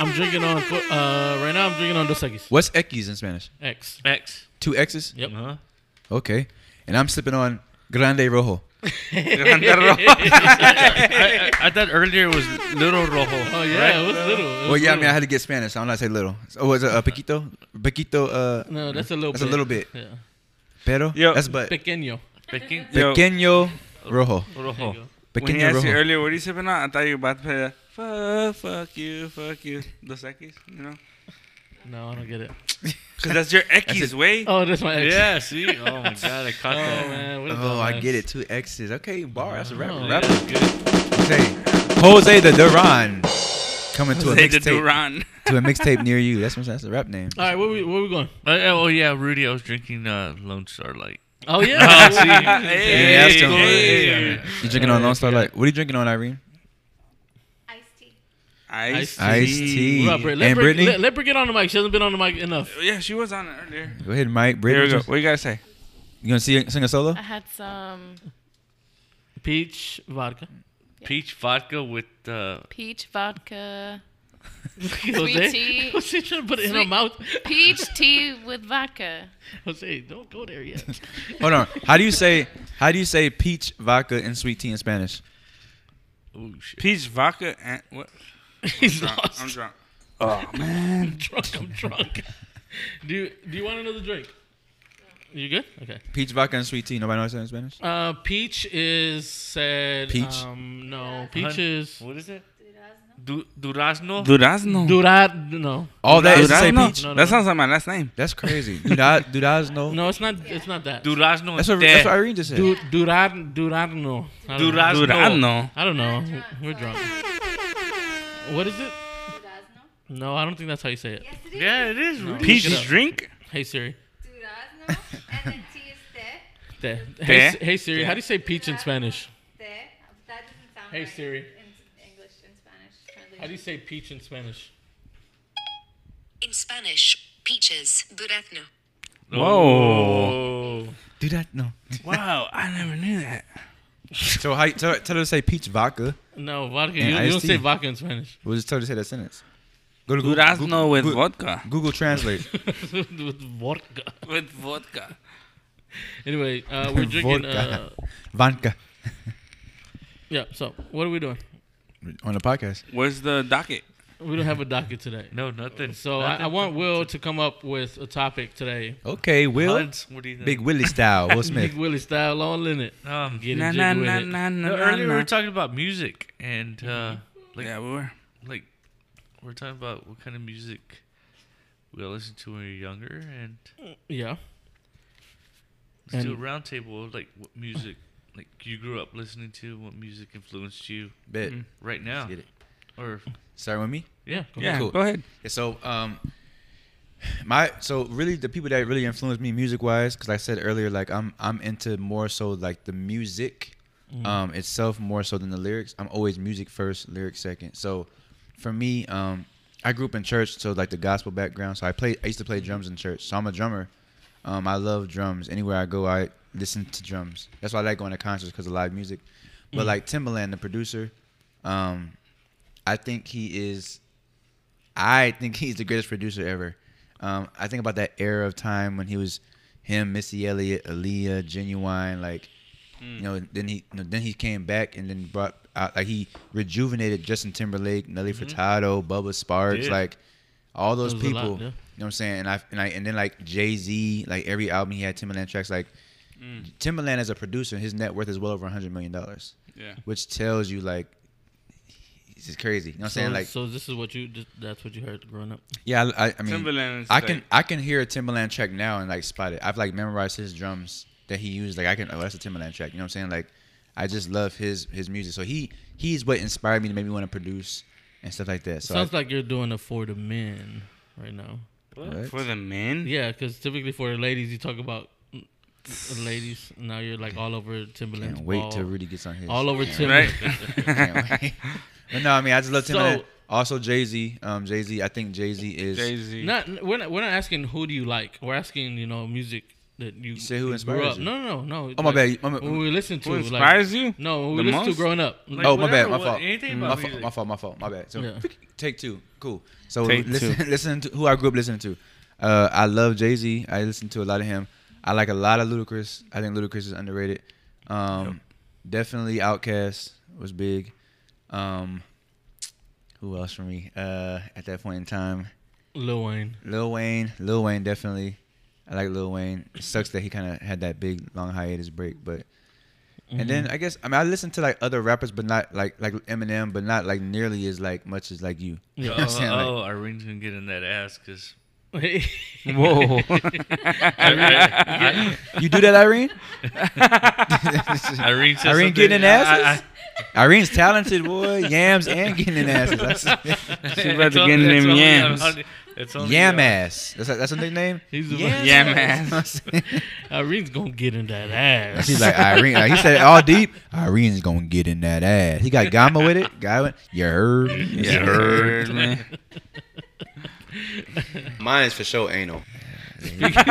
I'm drinking on. Uh, right now I'm drinking on Dos Equis.
What's Equis in Spanish?
X.
X?
Two X's.
Yep.
Uh-huh.
Okay, and I'm sipping on Grande Rojo.
I, I, I thought earlier it was Little Rojo.
Oh yeah,
right?
it was little. It
Well,
was
yeah, I
little.
mean, I had to get Spanish. so I'm not say little. Oh, was it uh, Paquito? Paquito. Uh,
No, that's a little.
That's
bit.
a little bit.
Yeah.
Pero.
Yo.
That's but.
Pequeño.
Pequeño
Yo,
Pequeño Rojo.
There you go.
Rojo.
when he
Pequeño
asked
Rojo.
you earlier, what are you sipping on? I thought you were about to play that. Fuck, fuck you, fuck you, Dos Equis. You know,
No, I don't get it.
because that's your Equis way.
Oh, that's my X.
Yeah, see? Oh my god, I
Oh
caught that.
man. What a
Oh, I
dumbass.
get it. Two X's. Okay, bar. That's a rap.
Oh,
rap.
That's good.
Say, Jose the Duran coming to a
Jose de
mixtape
Duran.
to a mixtape near you. That's that's a rap name.
All right, where we where we going?
Uh, oh yeah, Rudy, I was drinking uh, Lone Star Light.
Oh yeah.
see.
Hey,
Ah, Hey,
asked him.
hey.
You drinking on Lone Star Light? What are you drinking on, Irene?
Iced tea.
Ice
Iced tea.
What up, Britt? Let
And
Britt-
Brittany?
Let, let Britt get on the mic. She hasn't been on the mic enough.
Yeah, she was on it earlier.
Go ahead, Mike.
Here
Brittany,
we go.
just-
What you gotta say?
You gonna see, sing a solo?
I had some
Peach vodka.
Peach vodka with uh,
peach vodka,
Jose?
tea.
Jose trying to put it in her
Sweet-
mouth.
peach tea with vodka.
Jose, don't go there yet.
Hold on. How do you say? How do you say peach vodka and sweet tea in Spanish?
oh shit.
Peach vodka and what?
He's lost.
I'm drunk.
I'm drunk. I'm drunk. do you, Do you want another drink? You good? Okay.
Peach vodka and sweet tea. Nobody knows that in Spanish.
Uh, peach is said.
Peach?
Um, no, peach is
What is it? Du- Durazno.
Durazno.
durad. No,
All that is to say
Durazno.
peach.
Oh. No, no,
that
no.
sounds like my last name.
That's crazy. Dura- Durazno.
no, it's not. It's not that.
Durazno.
That's
and
what,
té.
that's what Irene just said.
Du, durad. Durarno. I don't know.
Durazno.
Durazno.
I don't know. We're drunk. What is it? No, I don't think that's how you say it.
Yeah, it is. Rudy.
Peach
Look it up.
drink.
Hey Siri.
Durazno. And then tea is te.
Te.
Te.
Hey, Si- hey Siri. How do you say peach in Spanish?
Te. That doesn't sound
Hey,
right
Siri.
in English and Spanish.
How do you
translation.
say peach in Spanish?
In Spanish, peaches, durazno.
Oh.
Whoa.
Durazno.
Wow, I never knew that.
So how, you- tell, tell her to say peach vodka.
No, vodka.
And
You, you
iced
don't say
tea.
vodka in Spanish.
We'll just tell her to say that sentence. Go to Goo-
Durazno with
Goo-
vodka.
Google Translate.
With vodka.
With vodka.
Anyway, uh, we're drinking. Uh,
Vodka. Vodka.
yeah. So what are we doing?
On the podcast.
Where's the docket?
We don't have a docket today.
No, nothing.
So I,
nothing.
I want Will to come up with a topic today.
Okay, Will.
Huds, What do you think?
Big Willie style. Will
Big
Smith.
Willie style on in it.
Um,
Get
Na
it
na
with
na
it.
na na
no,
na.
earlier we
na.
were talking about music and uh, like
Yeah, we were.
like we we're talking about what kind of music we all listened to when we were younger and
Yeah.
let's do a
And-
round table of like what music like you grew up listening to, what music influenced you
Bet.
Mm.
right now.
Get it.
Or
Start with me.
Yeah. go
Yeah,
ahead.
Cool.
go ahead.
Yeah, so um, my so really the people that really influenced me music wise, because I said earlier, like I'm I'm into more so like the music, um itself more so than the lyrics. I'm always music first, lyrics second. So for me, um, I grew up in church, so like the gospel background. So I play I used to play drums in church, so I'm a drummer. Um, I love drums. Anywhere I go, I listen to drums. That's why I like going to concerts because of live music. But like Timbaland, the producer, um, I think he is I think he's the greatest producer ever. Um, I think about that era of time when he was him, Missy Elliott, Aaliyah, Genuine, like you know. Then he you know, then he came back and then brought out like he rejuvenated Justin Timberlake, Nelly Furtado, Bubba Sparks,
Did.
like all those
That was a
people.
lot, yeah.
You know what I'm saying? And I and I and then like Jay Z, like every album he had Timberland tracks. Like Timberland as a producer, his net worth is well over hundred million dollars
Yeah.
which tells you like It's just crazy. You know what I'm saying? Like
so this is what you just, that's what you heard growing up.
Yeah, I, I- I mean,
Timbaland is
I can
like-
I can hear a Timberland track now and like spot it. I've like memorized his drums that he used. Like I can, oh, that's a Timberland track. You know what I'm saying? Like, I just love his his music. So he he's what inspired me to make me want to produce and stuff like that. So
Sounds like you're doing it for the men right now.
What? What?
For the men?
Yeah, because typically for the ladies, you talk about mm, the ladies. Now you're like all over Timberland.
Can't wait till Rudy gets on his.
All over
Can't
Timberland.
wait. Can't wait. But no, I mean I just love
So-
Timberland. also Jay Z. Um, Jay Z. I think Jay Z is
Not we're not we're not asking who do you like. We're asking you know music that you,
say who
you
inspires
grew up.
you.
No, no, no, no.
Oh, my
Like,
bad. My- my-
when we listen to
Who
like-
inspires you?
No, when we
The
listen
most?
to growing up.
Like, Oh, my bad, my whatever, fault.
anything
My
about
fault, my fault, my fault, my bad. So
Yeah.
take two, cool. So
Take
listen,
two.
listen to who I grew up listening to. Uh, I love Jay Z. I listen to a lot of him. I like a lot of Ludacris. I think Ludacris is underrated. Um, Definitely Outkast was big. Um, who else for me? Uh, at that point in time,
Lil Wayne.
Lil Wayne. Lil Wayne definitely. I like Lil Wayne. It sucks that he kind of had that big long hiatus break, but and then I guess I mean I listen to like other rappers, but not like like Eminem, but not like nearly as like much as like you. You know
Oh,
what I'm saying? Like,
oh, Irene's gonna get in that ass because.
Whoa. You do that, Irene?
Irene said
Irene
something-
getting in asses?
I- I-
Irene's talented, boy. Yams and getting in asses. That's-
She about to It's get in only- them it's only- yams. it's only-
Yam ass. That's, that's a nickname?
He's a
Yam
Irene's gonna get in that ass.
She's like Irene. Like, he said it all deep. Irene's gonna get in that ass. He got Gamma with it. Gamma, you heard?
You heard, man.
Mine is for sure anal.
Speaking-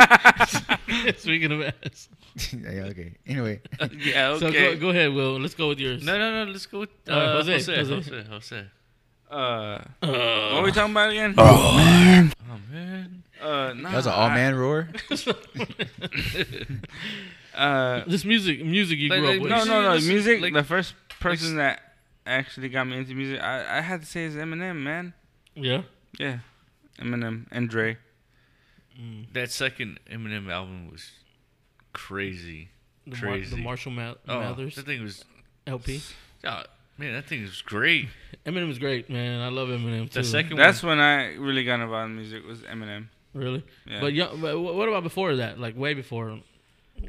Speaking of ass.
Yeah, okay. Anyway.
Yeah,
So
okay.
go, go ahead, Will. Let's go with yours.
No, no, no. Let's go with uh,
Uh,
Jose.
Jose,
Jose. Jose.
Jose.
Jose.
Uh, what were we talking about again?
Oh, man.
Oh man. Uh, nah,
That was an all
I-
man roar.
uh,
This music, music you
Like,
grew
like,
up with.
No, no, no.
Listen,
music.
like-
the first person that actually got me into music, I, I had to say is Eminem, man.
Yeah?
Yeah. Eminem and Dre.
Mm.
That second Eminem album was crazy.
The Mar-
Crazy.
the Marshall Math-
oh,
Mathers
That thing was.
LP.
Oh, man, that thing was great.
Eminem is great, man. I love Eminem too.
The second
That's when I really got involved in music was Eminem.
Really?
Yeah.
But, young, but wh- what about before that? Like way before. when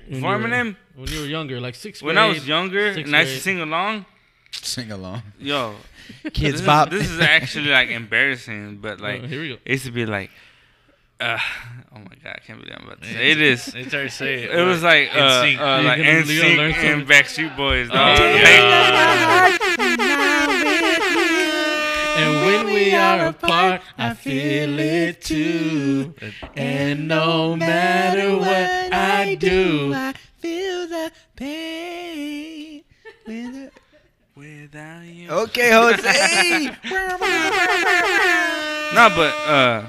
you
Before
were-
Eminem?
When you were younger, like sixth
when
grade.
I was younger
sixth
and I used to
grade.
sing along,
Sing along.
yo,
Kids
this is-
Bop.
this is actually like embarrassing, but like
Oh, here we go.
it used to be like. Uh, oh my god! I can't believe I'm about to
Yeah,
say this.
it's- it's already say it,
It was
like,
like uh, uh,
NSYNC. You're
like
gonna- you're gonna learn
NSYNC and Backstreet Boys.
Oh,
Dog.
And when we are apart, I feel it too. And no matter what I do,
I feel the pain. With
Without you.
Okay, Jose.
No, but uh,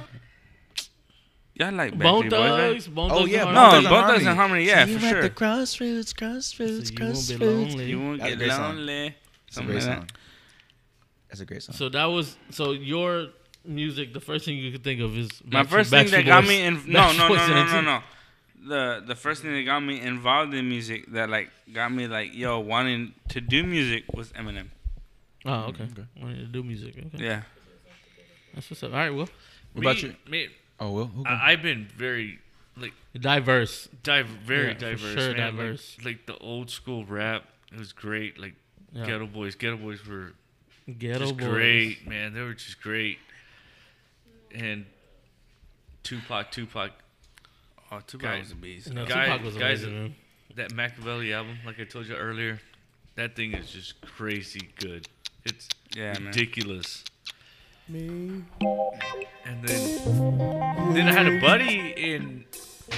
y'all like Backstreet
Bone
Boys, eh?
Thugs,
right?
Bone Oh, Thugs yeah, and Bone
no,
Thugs and
Bone Thugs
Harmony.
and Harmony, yeah,
See
for
you at
sure.
the
Crossroads, crossroads,
you won't be lonely.
You won't
That's a
get
great song.
lonely.
That's a
Something
great
like that.
song. That's a great song.
So that was so your music. The first thing you could think of is
My
Backstreet-
first thing that
Backstreet
got
Boys.
me in no
Backstreet
no no
Boys and
no no
NSYNC.
no. The the first thing that got me involved in music that like got me like yo wanting to do music was Eminem.
Oh, okay. Wanted to do music. Okay.
Yeah.
That's what's up. All right, well.
Me- Me,
Oh, well, who-
Mm-hmm.
I, I've been very like
Diverse.
dive, very
Yeah, for
diverse,
sure
man. Like-
diverse.
Like, the old school rap, it was great. Like
Yeah.
Ghetto Boys, Ghetto Boys were
Ghetto
just
Boys.
great, man. They were just great. And Tupac, Tupac,
oh Tupac was a beast.
No,
Guy-
Tupac was
guys,
amazing, man.
That Machiavelli album, like I told you earlier, that thing is just crazy good. It's
Yeah, man.
ridiculous. And then, then I had a buddy in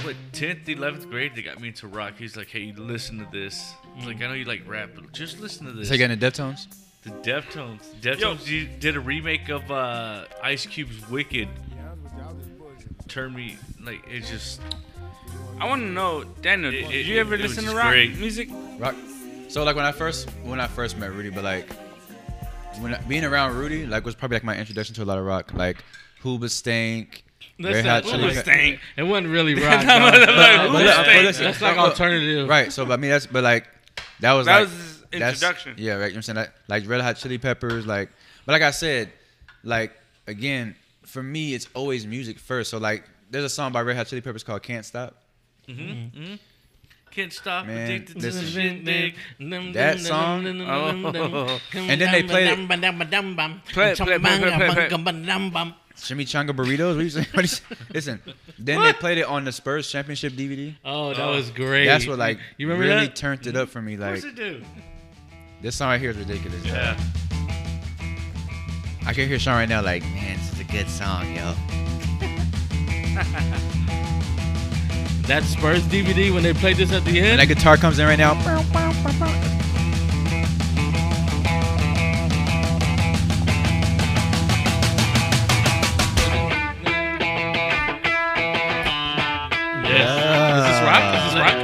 what 10th, 11th grade that got me into rock. He's like, "Hey, you listen to this. Like, I know you like rap, but just listen to this."
So you got into Deftones?
The Deftones. Deftones you did a remake of uh, Ice Cube's "Wicked." Turned me like it just.
I want to know, Daniel,
It-
did
it-
you ever
it was
listen to
just
rock
great.
music?
Rock. So like when I first when I first met Rudy, but like when I, being around Rudy, like was probably like my introduction to a lot of rock, like Hooba Stank.
That's
Red
not
Hot Chili
Hoobastank.
Pe-
It wasn't really rock.
But-
dog.
but-
But- but-
but- but listen,
That's like
but- but-
alternative.
right? So, but I mean, that's but like that was
That
like
was his
that's-
introduction.
Yeah, right. You know what I'm saying like, like Red Hot Chili Peppers, like But like I said, like again, for me, it's always music first. So like, there's a song by Red Hot Chili Peppers called "Can't Stop."
Mhm. Mhm. Can't stop
Man,
addicted to the
listen.
shindig.
That song?
Oh.
And then they play it-
Play it, play it, play it, play it,
Chimichanga burritos. What you saying? What you saying? Listen, then they played it on the Spurs championship DVD.
Oh, that was great.
That's what like
You remember
really
that?
turned it up for me. Like
course it do.
this song right here is ridiculous.
Yeah.
I can hear Sean right now. Like man, this is a good song, yo.
That Spurs DVD when they played this at the
And
end.
that guitar comes in right now.
Yeah.
Is this rock? Is this rock?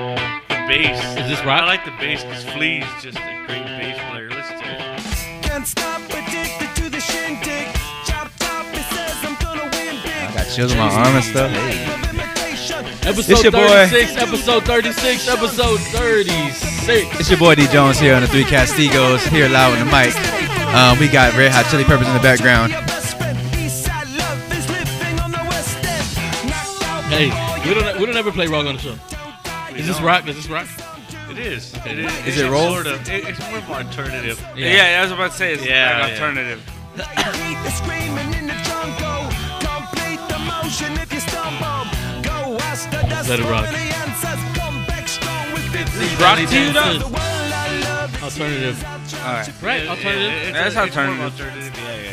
The bass.
Is this rock?
I like the bass because Flea's just a great bass player. Listen to it.
Can't stop addicted to the shindig. Chop top, it says I'm gonna win big.
I got chills in my arm and stuff.
Episode
It's your boy.
36, episode 36, episode 36.
It's your boy D Jones here on the Three Castigos here live on the mic. Um, we got Red Hot Chili Peppers in the background.
Hey, we don't we don't ever play rock on the show. Is this rock? Is this rock?
It is. It is.
Is it roll?
Sort of. It- it's more of an alternative.
Yeah. I was about to say it's
Yeah,
like
yeah.
alternative.
Let it rock.
Does rock to you though?
Alternative.
Alright.
Right, alternative.
That's alternative.
Yeah, yeah,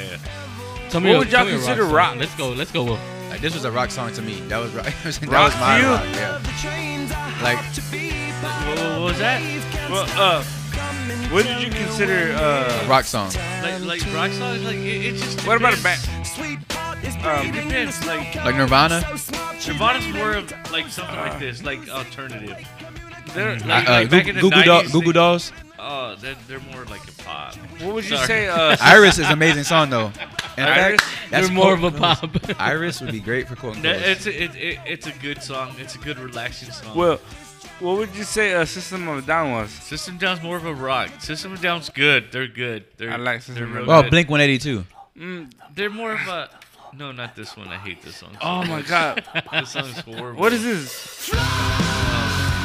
yeah.
Tell me
What
a-
would y'all
tell me a
consider
song.
rock?
Let's go. Let's go. Will.
Like this was a rock song to me. That was rock. that was
Rock to
my
you?
rock. Yeah. Like
What, what was that?
Well, uh, what did you consider uh
rock song.
Like, like rock songs? Like, it, it just.
What about a
depends. It
Um,
depends. Like,
Like Nirvana.
Nirvana's more of like something like this, like alternative. They're
Mm-hmm.
Uh,
like,
uh,
like back in the
Goo Goo Doll-
90s,
Goo Goo
they-
Dolls?
Oh, they're, they're more like a pop.
What would you
Sorry.
say, uh,
Iris is an amazing song though. In
Iris?
fact, that's
You're more of a
Colt
pop.
and Cole's. Iris would be great for quote.
No, it's a, it, it, it's a good song. It's a good relaxing song.
well, what would you say uh, System of a Down was?
System Down's more of a rock. System of Down's good. They're good. They're,
I like
they're
System
real
of
Well,
good.
Blink 182.
Mm, they're more of a. No, not this one. I hate this song. so
Oh my
much.
god.
this song's horrible.
What is this?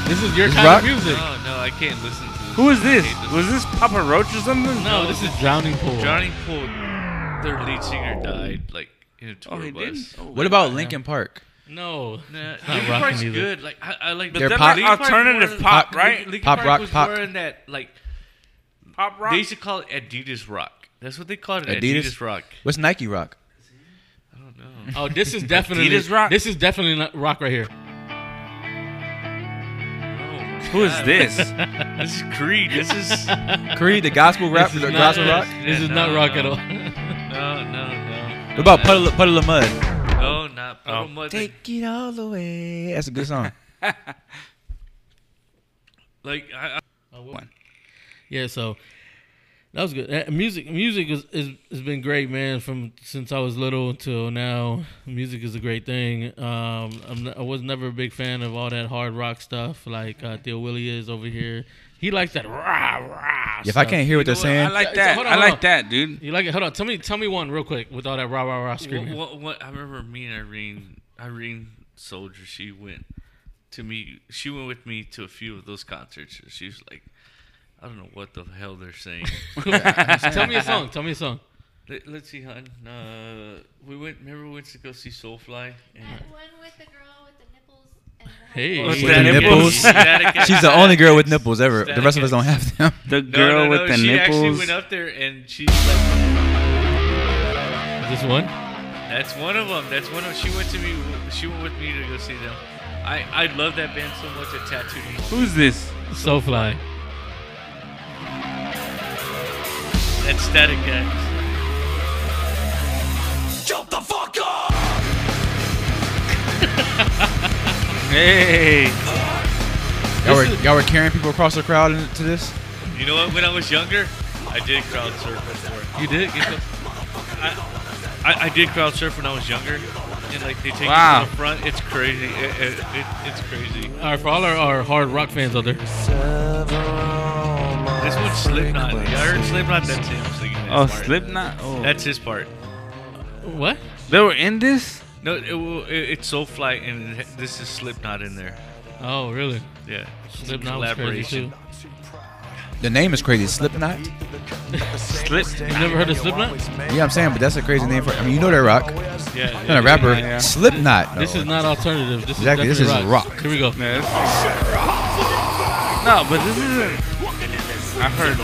This is your kind
rock?
of music.
No, no, I can't listen to this.
Who is
I hate
this? Was this Papa Roach or something?
No, this is Drowning Pool.
Johnny Pool, their lead singer died like in a tour
Oh, he
bus.
did. Oh,
What about Linkin Park?
No.
Nah,
not
Linkin
rocking
Park's
either.
good. Like I, I like,
But
They're
they're
pop-
like alternative
was-
pop,
Linkin-
right?
Linkin
Pop
Park
rock,
was
pop.
more in that like
Pop rock.
they used to call it Adidas rock. That's what they called it.
Adidas?
Adidas, rock.
What's Nike rock?
I don't know.
Oh, this is definitely
Adidas rock?
This is definitely not rock right here.
Oh,
Who is this?
This is Creed. This is
Creed, the gospel rap,
This is
the
not-
gospel rock.
This is
Yeah,
not
no,
rock
no.
at all.
no, no, no.
What about puddle, puddle of mud?
No, not
Oh.
Puddle Mud. Like,
it all away. That's a good song.
like I, I,
Yeah, so that was good. Uh, music, music is, is has been great, man. From since I was little until now, music is a great thing. Um, I'm, n- I was never a big fan of all that hard rock stuff, like uh, Theo Willie is over here. He likes that rah rah.
If I
stuff.
can't hear what they're
I
saying,
like
So,
that.
hold on,
I
hold
like
on.
that, dude.
you like it. Hold on, tell me, tell me one real quick with all that rah rah rah screaming.
what, what, I remember me and Irene, Irene Soldier. She went to me. She went with me to a few of those concerts. She was like, I don't know what the hell they're saying.
tell me a song. Tell me a song.
Let, let's see, hon. Uh, we went. Remember, we went to go see Soulfly. And
Hey,
What's
With that? the nipples? she's the only girl with nipples ever. The rest of us don't have them.
The
No,
girl
no, no,
with the
she actually
nipples.
went up there and she's like,
this one.
"That's one of them. That's one of them." She went to me. She went with me to go see them. I I love that band so much. It tattooed me.
Who's this?
So fly.
That's Static X.
Hey.
Y'all were, y'all were carrying people across the crowd in- to this?
You know what? When I was younger, I did crowd surf before.
You did. Get
I, I did crowd surf when I was younger, and like they take
Wow.
you to the front. It's crazy. It, it, it, it's crazy.
all right, for all our, our hard rock fans out there.
This one's Slipknot. Yeah, I heard Slipknot. That's him singing. that.
Oh,
part.
Slipknot? Oh.
That's his part.
What?
They were in this?
No, it, well, it, it's Soulfly, and it- this is Slipknot in there.
Oh, really?
Yeah.
Slipknot was crazy too.
The name is crazy. Slipknot.
Slip.
You never heard of Slipknot?
Yeah, I'm saying, but that's a crazy name for. I mean, you know they're rock.
Yeah,
Not
yeah,
a rapper.
yeah, yeah.
Slipknot.
This
though.
is not alternative. This
Exactly,
is
this is
definitely
rock.
Here we go.
No, but this isn't. I heard.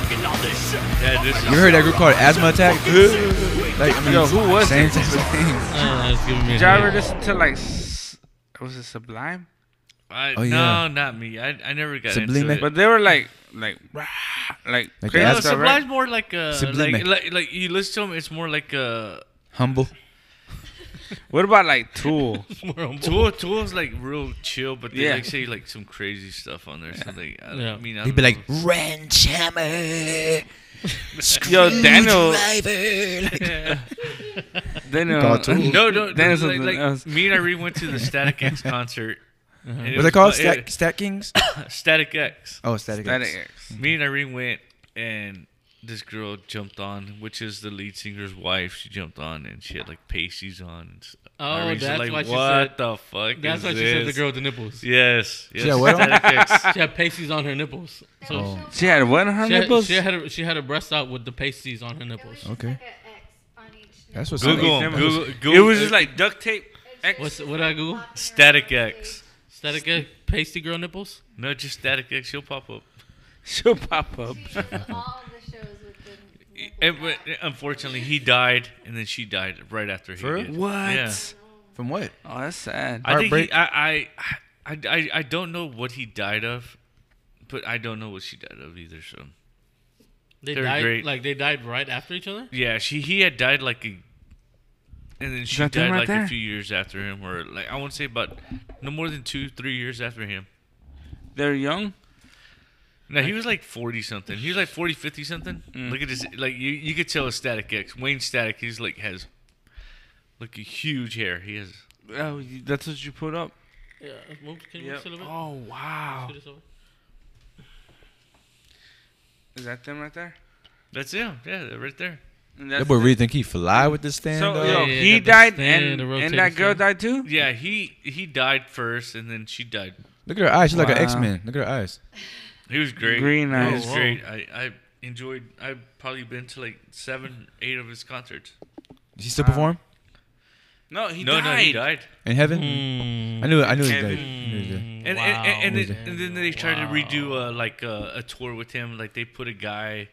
Yeah, this
you ever heard that group called Asthma Attack? like, I mean,
Yo, who was
same
it?
type of thing.
Uh, it's giving me a
Did y'all ever
headache.
listen to like, s- was it Sublime?
I,
Oh,
no,
yeah.
not me. I, I never got
Sublime.
into it.
But they were like, like, rah, like,
Like
crazy
No,
That's
stuff, right?
Sublime's more like a
Sublime.
like, like like you listen to him. It's more like uh, a
Humble.
What about like Tool?
Tool. Tool's like real chill, but they
Yeah.
like say like some crazy stuff on there. So they, I,
Yeah.
I mean, I
He'd
don't
be like,
know.
wrench hammer.
Yo, Daniel.
Driver. Like,
Daniel.
Call Tool.
no, no,
Daniel
like,
uh, something
like,
else.
me and Irene went to the Static X concert.
Uh-huh.
and it
what they
was
called?
fu-
Stat,
it-
Stat Kings?
Static X.
Oh, Static
That
Kings.
is-
Me and Irene went, and this girl jumped on, which is the lead singer's wife. She jumped on, and she had like pasties on. And stuff.
Oh,
Irene's
that's
like,
why she
what
said-
the fuck?
That's
is
why she
this?
said the girl with the nipples.
Yes. yes.
had what on?
Static X.
She had pasties on her nipples. So
Oh,
She had one on her
she, had,
nipples.
she had her, she had her breast out with the pasties on her nipples.
okay. That's what's
Google
up.
him.
Google-
Google,
it was just like duct tape. X.
What's what did I Google?
Static X.
Static X, pasty girl nipples.
No, just Static X. She'll pop up.
She'll pop up.
And, but unfortunately, he died, and then she died right after he
For real?
did.
What?
Yeah.
From what?
Oh, that's sad.
I
Heartbreak?
think he, I, I, I, I, I don't know what he died of, but I don't know what she died of either. So
They
They're
died
great.
like they died right after each other.
yeah, she he had died like a, and then she
that them
died
right
like
there?
a few years after him, or like I want to say about no more than two, three years after him.
They're young.
No, he was like 40 something. He was like 40, 50 something.
Mm.
Look at this. Like, you, you could tell a Static X. Wayne Static, he's like, has like a huge hair. He has.
Oh, you- that's what you put up.
Yeah, move, can you move
Yep.
this a little bit?
Oh wow.
Scoot this over.
Is that them right there?
That's him. Yeah, right there.
And
That
that's
boy uh,
the-
really think he fly with this stand,
So
dog?
yo,
Yeah, yeah,
he
got the
died
stand,
and
the
and
rotating
that girl
stand.
died too.
Yeah, he he died first, and then she died.
Look at her eyes. She's like an
Wow.
X-Men. Look at her eyes.
He was great.
Green
He
eyes.
was great. I, I enjoyed. I've probably been to like seven, eight of his concerts.
Does he still perform
No, he
no,
died.
no, he died.
in heaven?
Mm.
I knew it. I knew he died.
Heaven.
I knew he died.
And, and, and,
Wow.
then, and then they tried to redo uh, like uh, a tour with him. Like they put a guy.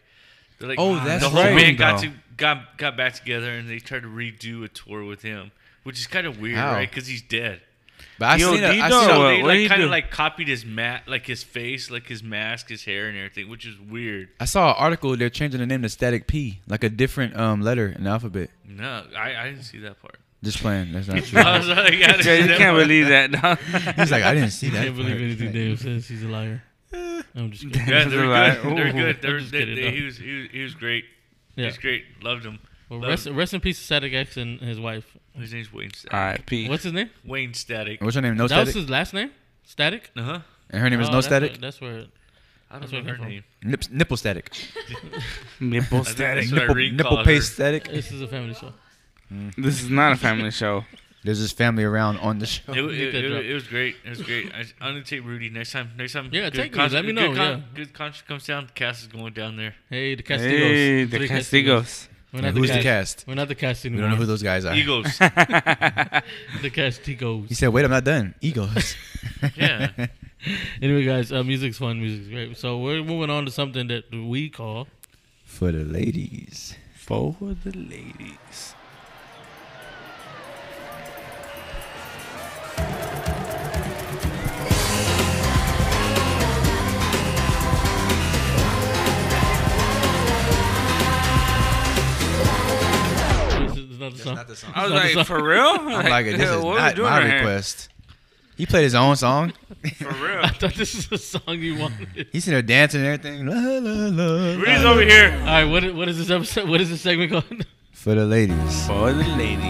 They're like, "Ah,
Oh, that's
the whole
right.
band got
Though.
to got got back together and they tried to redo a tour with him, which is kind of weird,
How?
right? 'Cause right? Because he's dead.
But I
Yo,
seen it. I
Dino,
seen
So
it.
uh,
they
what did he
like kind
do?
of like copied his mat, like his face, like his mask, his hair, and everything, which is weird.
I saw an article. They're changing the name to Static P, like a different um letter in the alphabet.
No, I, I didn't see that part.
Just playing. That's not true.
I was like, I didn't
Yeah,
see
you
that
can't
part.
believe that. No.
He's like, I didn't see that.
Can't believe
part.
anything Dave says. He's a liar. I'm just kidding.
Yeah, they're
That's a
good.
lie.
They're
Ooh.
good. They're,
I'm just
they,
kidding,
they-
no.
he, was, he was he was great.
Yeah.
He was great. Loved him.
Well,
Love
rest,
him.
rest in peace, to Static X and his wife.
His name's Wayne Static.
R.I.P.
What's his name?
Wayne Static.
What's her name? No
that was
Static.
his last name. Static.
Uh huh.
And her name is
Oh,
No
that's
Static.
where- that's where.
I
That's
don't know
where
her
it came
name.
Nips, nipple Static.
Nipple
I think
static.
that's what
Nipple,
Irene
nipple
calls her.
paste Static.
This is a family show.
This is not a family show.
There's this family around on the show.
It, wa- it,
that
it, wa-
drop.
it was great. It was great. I, I'm gonna take Rudy next time. Next time.
Yeah, take me.
concert-
Let me
good
know,
con-
yeah.
Good concert comes down. Cass is going down there.
Hey, the Castigos.
Hey, the
Three
Castigos.
We're
And
not
who's the
Cas-
cast?
We're not the cast
We
anymore.
don't know who those guys are.
Eagles.
the Castigos.
He said, "Wait, I'm not done." Egos.
Yeah.
Anyway, guys, uh, music's fun. Music's great. So we're moving on to something that we call.
For the ladies.
For the ladies.
This is not the song.
Not the song.
I was
Not the
like,
song.
for real?
I'm like, this is
what we
not
doing
my
right here?
request. He played his own song.
For real.
I thought this is the song you wanted.
He's in there dancing and everything. La, la, la.
Rudy's over
All
here.
right, what is, what is this episode? What is this segment called?
For the ladies.
For the ladies.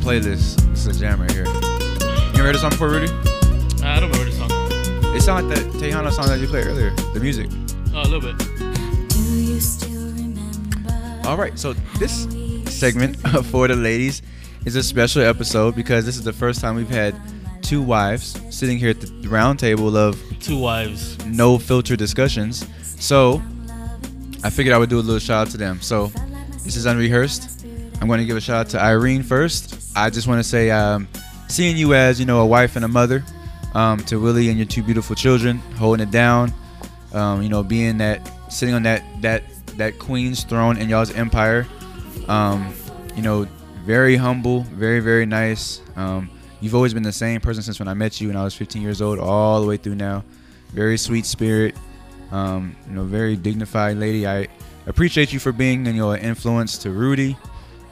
playlist. This is a jam right here. You ever heard the song before, Rudy?
I don't remember the song.
It sounded like that Tejano song that you played earlier. The music.
Oh, a little bit.
All right, so this segment of for the ladies is a special episode because this is the first time we've had two wives sitting here at the round table of
two wives
no filter discussions. So I figured I would do a little shout out to them. So this is unrehearsed. I'm going to give a shout out to Irene first. I just want to say, um, seeing you as you know a wife and a mother um, to Willie and your two beautiful children, holding it down. Um, you know, being that sitting on that that that queen's throne in y'all's empire. Um, you know, very humble, very very nice. Um, you've always been the same person since when I met you when I was 15 years old, all the way through now. Very sweet spirit. Um, you know, very dignified lady. I appreciate you for being you know an influence to Rudy.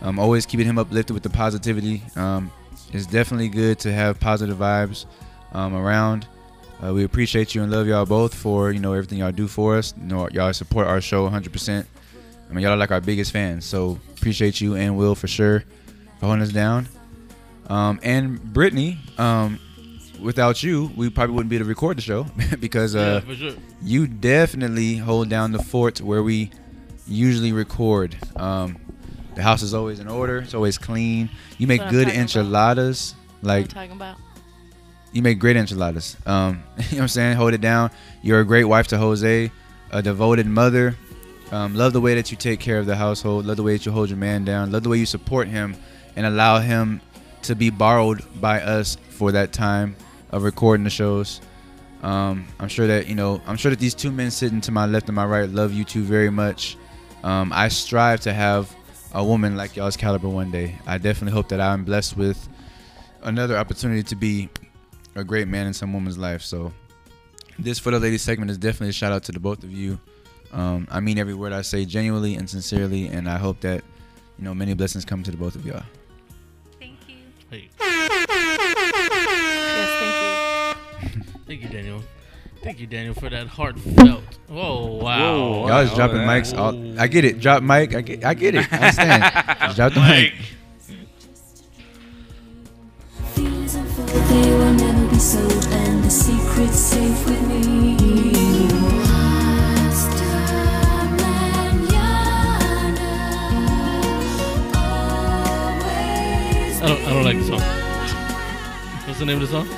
Um, always keeping him uplifted with the positivity. Um, it's definitely good to have positive vibes um, around. Uh, we appreciate you and love y'all both for you know everything y'all do for us. You know, y'all support our show 100%. I mean, y'all are like our biggest fans, so appreciate you and Will for sure for holding us down. Um, and Brittany, um, without you, we probably wouldn't be able to record the show because uh,
Yeah, for sure.
you definitely hold down the fort where we usually record. Um, the house is always in order. It's always clean. You make
That's what I'm
good
talking about.
enchiladas. Like
I'm talking about.
you make great enchiladas. Um, you know what I'm saying? Hold it down. You're a great wife to Jose, a devoted mother. Um, love the way that you take care of the household. Love the way that you hold your man down. Love the way you support him and allow him to be borrowed by us for that time of recording the shows. Um, I'm sure that you know. I'm sure that these two men sitting to my left and my right love you two very much. Um, I strive to have a woman like y'all's caliber one day. I definitely hope that I'm blessed with another opportunity to be a great man in some woman's life. So, this for the ladies segment is definitely a shout out to the both of you. Um, I mean every word I say genuinely and sincerely, and I hope that you know many blessings come to the both of y'all.
Yes,
Thank you, Daniel. Thank you, Daniel, for that heartfelt. Whoa, wow.
y'all is dropping mics. All, I get it. Drop mic. I get. I get it. I understand. Just drop the mic.
They will never be sold, and the secret's safe with me.
I don't, I don't like the song. What's the name of the song?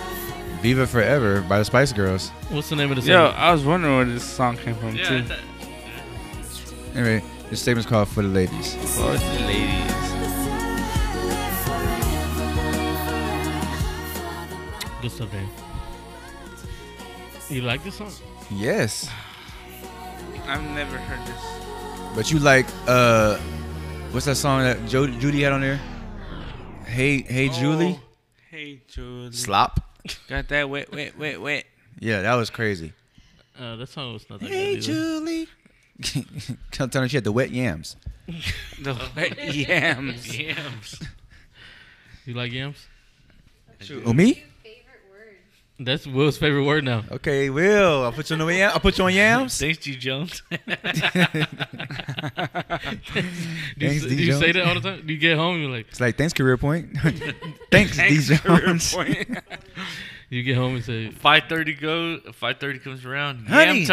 Viva Forever by the Spice Girls.
What's the name of the
Yo,
song?
I was wondering where this song came from
Yeah, I
too.
thought-
Anyway, this statement's called for the ladies.
For the ladies.
Good stuff, Daniel. You like this song?
Yes,
I've never heard this.
but you like uh, what's that song that jo- Judy had on there? Hey, hey, Julie.
Hey, Julie.
Oh. Slop.
Got that wet, wet, wet, wet.
Yeah, that was crazy.
Uh, that song was not that
Hey,
good. either.
Julie.
Tell tell her she had the wet yams.
The wet yams.
Yams. You like yams?
Oh me?
That's Will's favorite word now.
Okay, Will. I'll put you on the yam. I'll put you on yams.
Thanks, G. Jones.
Do you,
Thanks,
s-
D.
do you say
Jones.
that all the time? Do you get home, you're like,
It's like thanks, career point. thanks,
Thanks,
D
career
Jones.
point.
you get home and say,
Five thirty go. Five thirty comes around.
Honey,
yam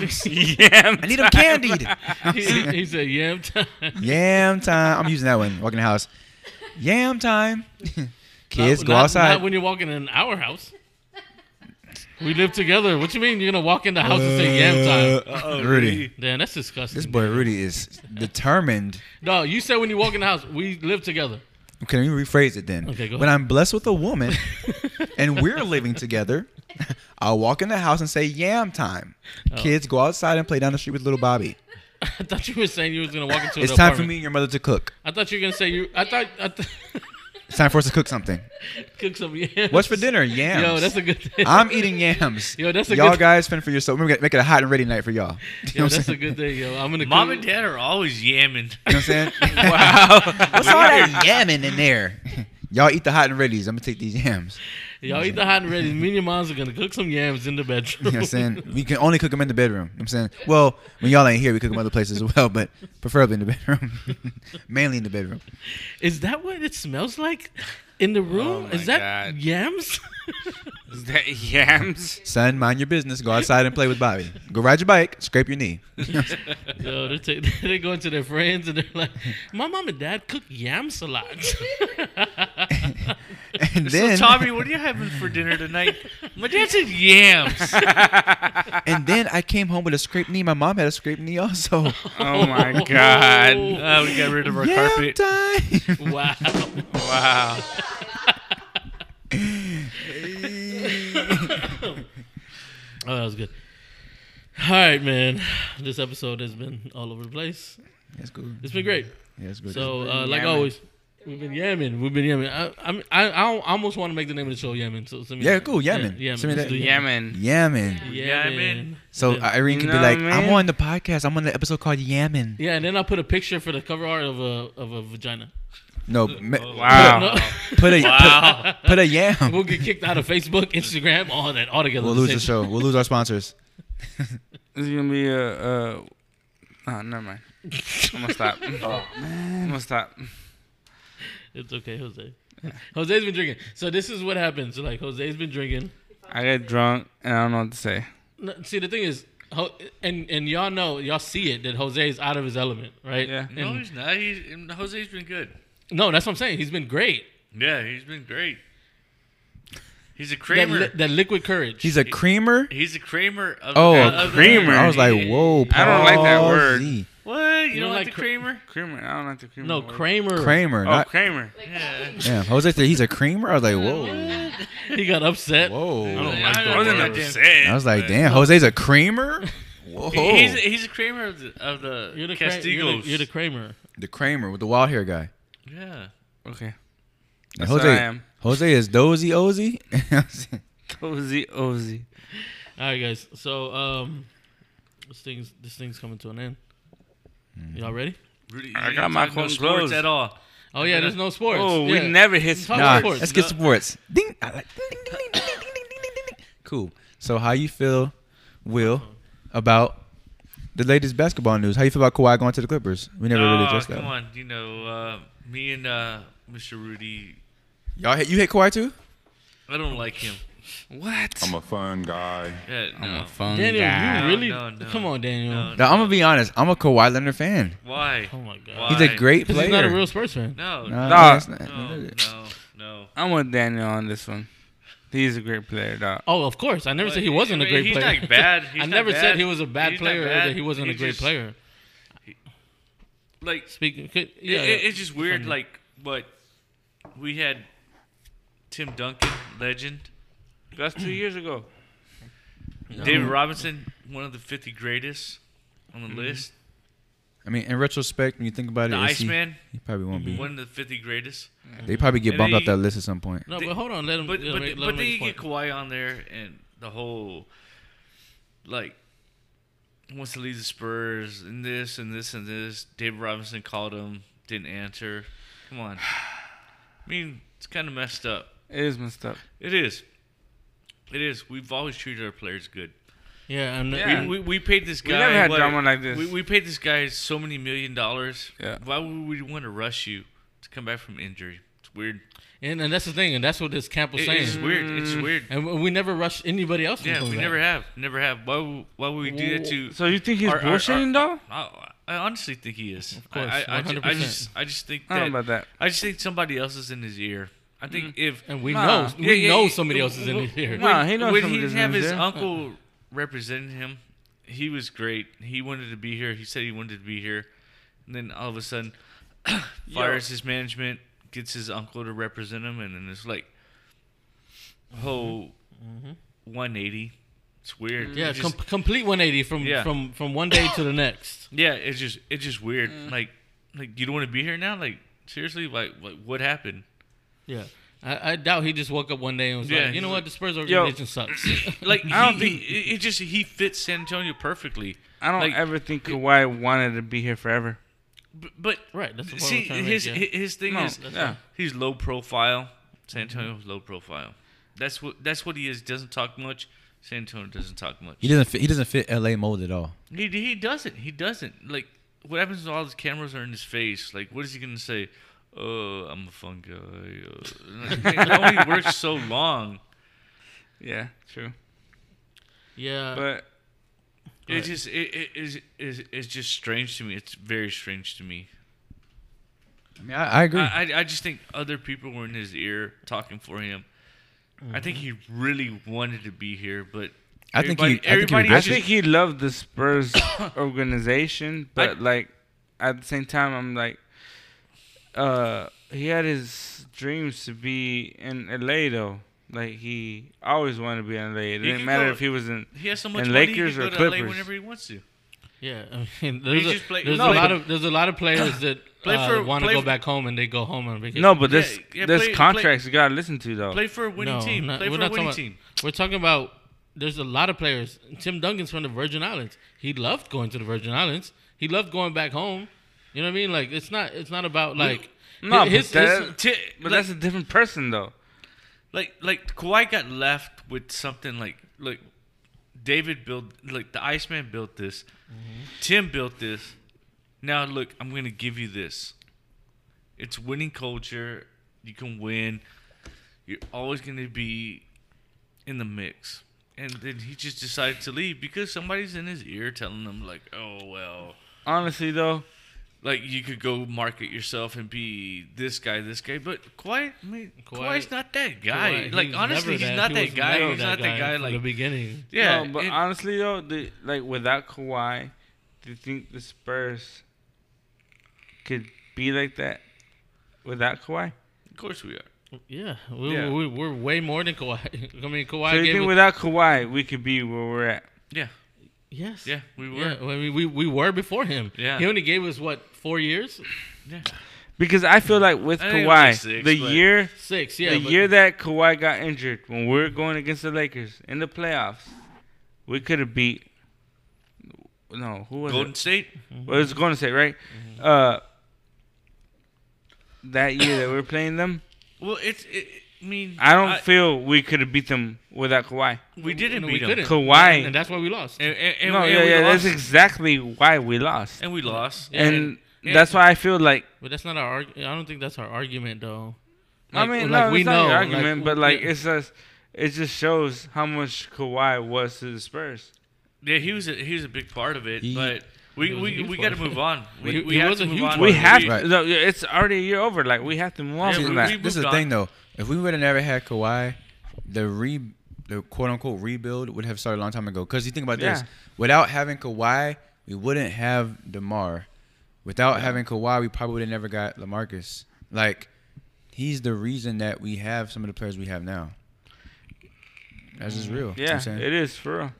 the
time.
yams.
Yam
I need them
time.
candied.
he, he said yam time.
Yam time. I'm using that one. Walking the house. Yam time. Kids,
Not-
go
not-
outside.
Not when you're walking in our house. We live together. What you mean? You're gonna walk in the house and say yam time?
Uh, Rudy.
Damn, that's disgusting.
This boy Rudy is determined.
No, you said when you walk in the house, we live together.
Can you rephrase it then?
Okay, go
When
ahead.
I'm blessed with a woman and we're living together, I'll walk in the house and say yam time.
Oh.
Kids, go outside and play down the street with little Bobby.
I thought you were saying you was gonna walk into.
It's
the
time for
apartment.
me and your mother to cook.
I thought you were gonna say you. I thought. I th-
It's time for us to cook something.
cook some yams.
What's for dinner? Yams.
Yo, that's a good. Thing.
I'm eating yams.
Yo, that's a
y'all
good-
guys fend for yourself. We're gonna make it a hot and ready night for y'all. You know
Yo,
what I'm
that's a
saying?
good thing. Yo, I'm gonna.
Mom
cook-
and dad are always yamming.
You know what I'm saying?
Wow.
What's all that yamming in there? y'all eat the hot and readies. I'm gonna take these yams.
Y'all eat the hot and ready. Me and your mom's are gonna cook some yams in the bedroom.
You know what I'm saying? We can only cook them in the bedroom. You know what I'm saying? Well, when y'all ain't here, we cook them other places as well, but preferably in the bedroom. Mainly in the bedroom.
Is that what it smells like? in
Oh
the room?
my
Is that
God.
yams?
Is that yams?
Son, mind your business. Go outside and play with Bobby. Go ride your bike. Scrape your knee.
Yo, they're, ta- they're going to their friends and they're like, "My mom and dad cook yam salads."
And then-
so Tommy, what are you having for dinner tonight? My dad said yams.
and then I came home with a scraped knee. My mom had a scraped knee also.
Oh my God.
Oh.
Oh.
Uh, we got rid of our
Yam
carpet.
time.
Wow.
Wow.
Oh, that was good. All right, man. This episode has been all over the place.
That's good.
It's been great.
Yeah, it's good.
So,
It's
uh,
been
like
yamming.
always, we've been yamming. We've been yamming. I, I'm- I, I, al- almost want to make the name of the show yamming. So send me
Yeah,
that.
cool. Yemen.
Yeah,
Send me
Let's
that.
do
Yemen.
Yamming.
So uh, Irene can
You
be
know
like,
what I
I'm
mean?
on the podcast. I'm on the episode called Yemen.
Yeah, and then I'll put a picture for the cover art of a of a vagina.
No. me-
Wow.
Put a,
Wow.
put, put a yam.
We'll get kicked out of Facebook, Instagram, all that, all together.
We'll lose the show. We'll lose our sponsors.
This is gonna be a. Uh, oh, never mind. I'm gonna stop.
Oh,
I'm gonna stop.
It's okay, Jose. Jose's been drinking. So this is what happens. So, like Jose's been drinking.
I got drunk and I don't know what to say.
No, See, the thing is, Ho- and and y'all know, y'all see it that Jose's out of his element, right? Yeah.
No, he's not. He's, and Jose's been good.
no, that's what I'm saying. He's been great.
Yeah, he's been great. He's a
That,
Kramer.
li- that liquid courage.
He's a creamer.
He's a Kramer. Of,
Oh,
uh,
a
of the-
creamer. I was like, whoa.
I don't like that word.
palsy.
What? You, don't, like, the Kramer?
Kramer. I don't like the Kramer.
No,
word.
Kramer.
Kramer,
Oh,
not-
Kramer.
Yeah, Jose said he's a creamer. I was like, whoa.
he got upset.
Whoa. I
don't
like
I wasn't upset.
I was like, damn, Jose's a creamer. Whoa.
He's, he's a Kramer of the, of the,
You're the, Kra- you're,
Castigos.
the, you're the Kramer.
The Kramer with the wild hair guy.
yeah.
Okay.
Now,
That's
Jose,
what I am.
Jose is dozy ozy.
Cozy Ozy.
All right, guys. So um, this thing's this thing's coming to an end.
Hmm.
Y'all ready?
Rudy,
I
you
got
ain't
my
talking no
phone
sports
closed.
at all.
Oh yeah, there's no sports.
Oh,
yeah.
we never hit
Talk
nah,
sports.
let's get sports. Ding. I like, ding, ding, ding, ding, ding, ding, ding, ding, ding, ding. Cool. So, how you feel, Will, about the latest basketball news? How you feel about Kawhi going to the Clippers? We never really
Aw,
addressed that.
Oh, Come
one.
on, you know, uh, me and uh, Mr. Rudy,
Y'all, hate- you hate Kawhi too?
I don't like him.
What?
I'm a fun guy.
Yeah,
I'm
no.
a phone
Daniel,
guy.
you really?
No, no,
Come on, Daniel.
no,
Now, I'm gonna be honest. I'm a Kawhi Leonard fan.
Why?
Oh my God.
He's a
Why?
great
'Cause
player.
he's not a real sports fan.
No,
Nah,
Nah.
that's not-
no, no, no.
I'm with Daniel on this one. He's a great player, dog.
Oh, of course. I never
Well,
said he wasn't a
he-
great
he's
player.
not bad. He's
I
not
never said
bad.
he was a bad
He's not
player
bad.
or that he wasn't
He
a great
just-
player.
Like,
Speaking, could,
it-
yeah,
it-
yeah.
it's just weird.
From-
Like, but we had Tim Duncan, legend.
That's two years ago.
David Robinson, one of the 50 greatest on the list.
I mean, in retrospect, when you think about
The
it, Mm-hmm. is he-
Iceman,
He probably won't be.
one of the 50 greatest.
They probably get
And
bumped
they-
off that list at some point.
no, but hold on, let him.
But
let him
but,
make- let
but
him
then
make
you
his
get
point.
Kawhi on there and the whole like wants to leave the Spurs and this and this and this. David Robinson called him, didn't answer. Come on. I mean, it's kind of messed up.
It is messed up.
It is. It is. We've always treated our players good.
Yeah, I'm not,
Yeah.
We, we, we paid this
We
guy.
never had
what-
drama like this.
We, we paid this guy so many million dollars.
Yeah.
Why would we want to rush you to come back from injury? It's weird.
and, and that's the thing, and that's what this camp was
It-
saying.
it's weird. It's weird.
And we- we never rushed anybody else. from
Yeah,
coming
we
back.
never have, never have. Why? would- Why would we do that to?
So you think he's
our- our- our-
bullshitting, dog?
I, I honestly think he is. Of
course,
I, I, I, ju- I
100%.
just, I just think. That,
I don't know about that.
I just think somebody else is in his ear. I think if
And we
Nah.
know,
Yeah,
we
yeah,
know
yeah.
somebody else is in
When-
here.
Nah, he knows
when he
somebody
didn't
that's in
have
his
his
ear.
uncle representing him, he was great. He wanted to be here. He said he wanted to be here, and then all of a sudden, fires his management, gets his uncle to represent him, and then it's like, oh, 180. It's weird.
Mm-hmm. Yeah,
It just-
com- complete 180 from
Yeah.
from from one day to the next.
Yeah, it's just it's just weird. Like like you don't want to be here now. Like seriously, like like what happened?
Yeah, I, I doubt he just woke up one day and was
Yeah,
like, you
he's
know what,
like-
the Spurs organization sucks.
Like he,
I don't
he- it, it just he fits San Antonio perfectly.
I don't
like,
ever think Kawhi wanted to be here forever.
b- But
Right, that's the point
see
I'm trying to
his
make, yeah.
hi- his thing
No,
is
that's Yeah. fine.
he's low profile. San Antonio's low profile. That's what that's what he is. Doesn't talk much. San Antonio doesn't talk much.
He doesn't fit. He doesn't fit LA mold at all.
He he doesn't. He doesn't. Like what happens when all the cameras are in his face? Like what is he gonna say? oh, I'm a fun guy. uh, like, man, I only worked so long.
Yeah, true.
Yeah.
But
Go
it
ahead.
just it, it is is it's just strange to me. It's very strange to me.
I mean, I, I
Hmm.
agree.
I, I, just think other people were in his ear talking for him. I think
Mm-hmm.
he really wanted to be here, but
I think he- I
everybody-
think he
everybody
I
was
think
just-
he loved the Spurs organization, but like at the same time, I'm like, uh, he had his dreams to be in LA though. Like he always wanted to be in LA. It
He
didn't
could
matter
go-
if he was in,
he has so much
in
money, he
Lakers
could
or
go to LA
Clippers.
whenever he wants to.
Yeah, I mean,
He
there's, a,
just play-
there's
No,
a lot
but-
of there's a lot of players that
Play for-
want to
play
go
for-
back home and they go home on vacation.
No, but this
yeah,
this
play- play-
contracts you gotta listen to though.
Play for a winning
No,
team.
not-
play
we're
for
not
a
talking
winning
about-
team.
We're talking about there's a lot of players. Tim Duncan's from the Virgin Islands. He loved going to the Virgin Islands. He loved going back home. You know what I mean? Like it's not it's not about like
no,
hi-
but, that-
Ti-
but
like-
that's a different person though.
Like like Kawhi got left with something like like David built like the Iceman built this. Tim built this. Now look, I'm gonna give you this. It's winning culture. You can win. You're always gonna be in the mix. And then he just decided to leave because somebody's in his ear telling him like, oh well.
Honestly though,
like you could go market yourself and be this guy, this guy, but Kawhi, I mean,
Kawhi-
Kawhi's not that guy.
Kawhi, he
like
was
honestly,
never
he's
that-
not
he
that
was
guy.
never
He's
that
not
guy
that guy.
from
Like
the beginning.
Yeah,
No, but
it-
honestly though, the, like without Kawhi, do you think the Spurs could be like that without Kawhi?
of course we are.
Yeah, we,
Yeah.
We, we're way more than Kawhi. I mean, Kawhi.
so you
gave
think
us-
without Kawhi, we could be where we're at?
Yeah.
Yes.
Yeah, we were.
Yeah, I mean, we we were before him.
Yeah.
He only gave us what four years.
Yeah.
Because I feel like with
I think it was like
Kawhi,
six,
the
but-
year
Six, yeah,
the
but-
year that Kawhi got injured, when we were going against the Lakers in the playoffs, we could have beat. No, who was
Golden
it?
State?
Well, it was Golden State, right?
Mm-hmm.
Uh, that year that we were playing them,
Well, it's. It, I mean,
I don't feel we could have beat them without Kawhi.
We didn't
No, we
beat him.
couldn't.
Kawhi.
and that's why we lost.
And, and, and,
no,
and
yeah,
we
yeah, that's
lost.
exactly why we lost.
And we lost.
and,
And-
that's why I feel like
But that's not our. Arg- I don't think that's our argument, though.
I
Like-
mean,
like,
no, it's not an argument, but like
yeah.
it's just it just shows how much Kawhi was to the Spurs.
Yeah, he was a, he was a big part of it, but
He
we
was a
we,
huge
we
part
got to
of it.
move on. We,
He-
we
he
have
was
to
a
move
huge
on.
We have
We-
to. no, yeah, it's already a year over. Like we have to move on
Yeah,
from
we-
that.
we
this is the
moved
thing
on.
though. If we would have never had Kawhi, the re the quote unquote rebuild would have started a long time ago. Because you think about this,
Yeah.
without having Kawhi, we wouldn't have Demar. Without having Kawhi, we probably would have never got Lamarcus. Like he's the reason that we have some of the players we have now. That's
Mm.
just real. You know what
Yeah,
I'm saying?
it is for real.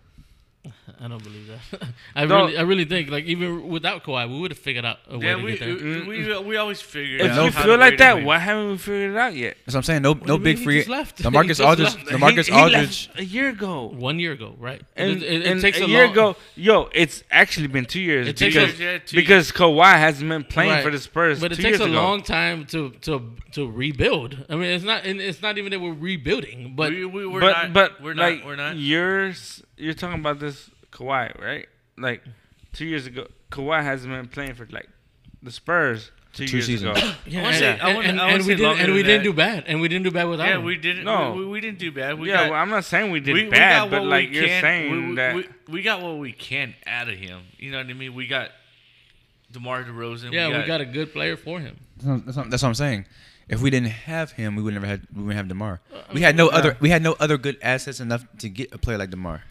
I don't believe that. I
No.
really, I really think like even without Kawhi, we would have figured out a way
Yeah,
to
we,
get there.
we, we, we always figured.
If
out
you
how
feel
to
like
win and
that,
win.
why haven't we figured it out yet?
That's what I'm saying. No,
do
no
you mean?
big
He
free.
just left. He
Lamarcus
just
Aldridge.
left.
Lamarcus
He- he left
Aldridge.
a year ago.
One year ago, right? it,
And,
it- it
and
takes
a,
a,
year
long,
ago, yo, it's actually been two years
It takes
because
a- yeah, two
because Kawhi hasn't been playing
Right.
for the Spurs.
But it
two
takes
years
a
ago.
long time to to to rebuild. I mean, it's not and it's not even that we're rebuilding, but
we, we were
but
not,
but
we're
like
not we're not
you're s- you're talking about this Kawhi right? Like two years ago, Kawhi hasn't been playing for like the Spurs two,
two
years
seasons.
ago.
Yeah,
I wanna
and-
say- I
and-
wanna-
and-
I wanna
and we
say
didn't
longer
and
than
we didn't
that.
do bad, and we didn't do bad without
Yeah,
him.
we didn't.
No.
we, we didn't do bad. We
yeah,
got,
well, I'm not saying we did
we, we
bad,
got
but
what
like
we
you're
can-
saying
we, we,
that
we, we got what we can out of him. You know what I mean? We got DeMar DeRozan.
yeah,
we got,
a good player for him.
That's what, that's, what, that's what I'm saying. If we didn't have him, we would never had we wouldn't have Demar.
I
We
mean,
had no
yeah.
other we had no other good assets enough to get a player like Demar.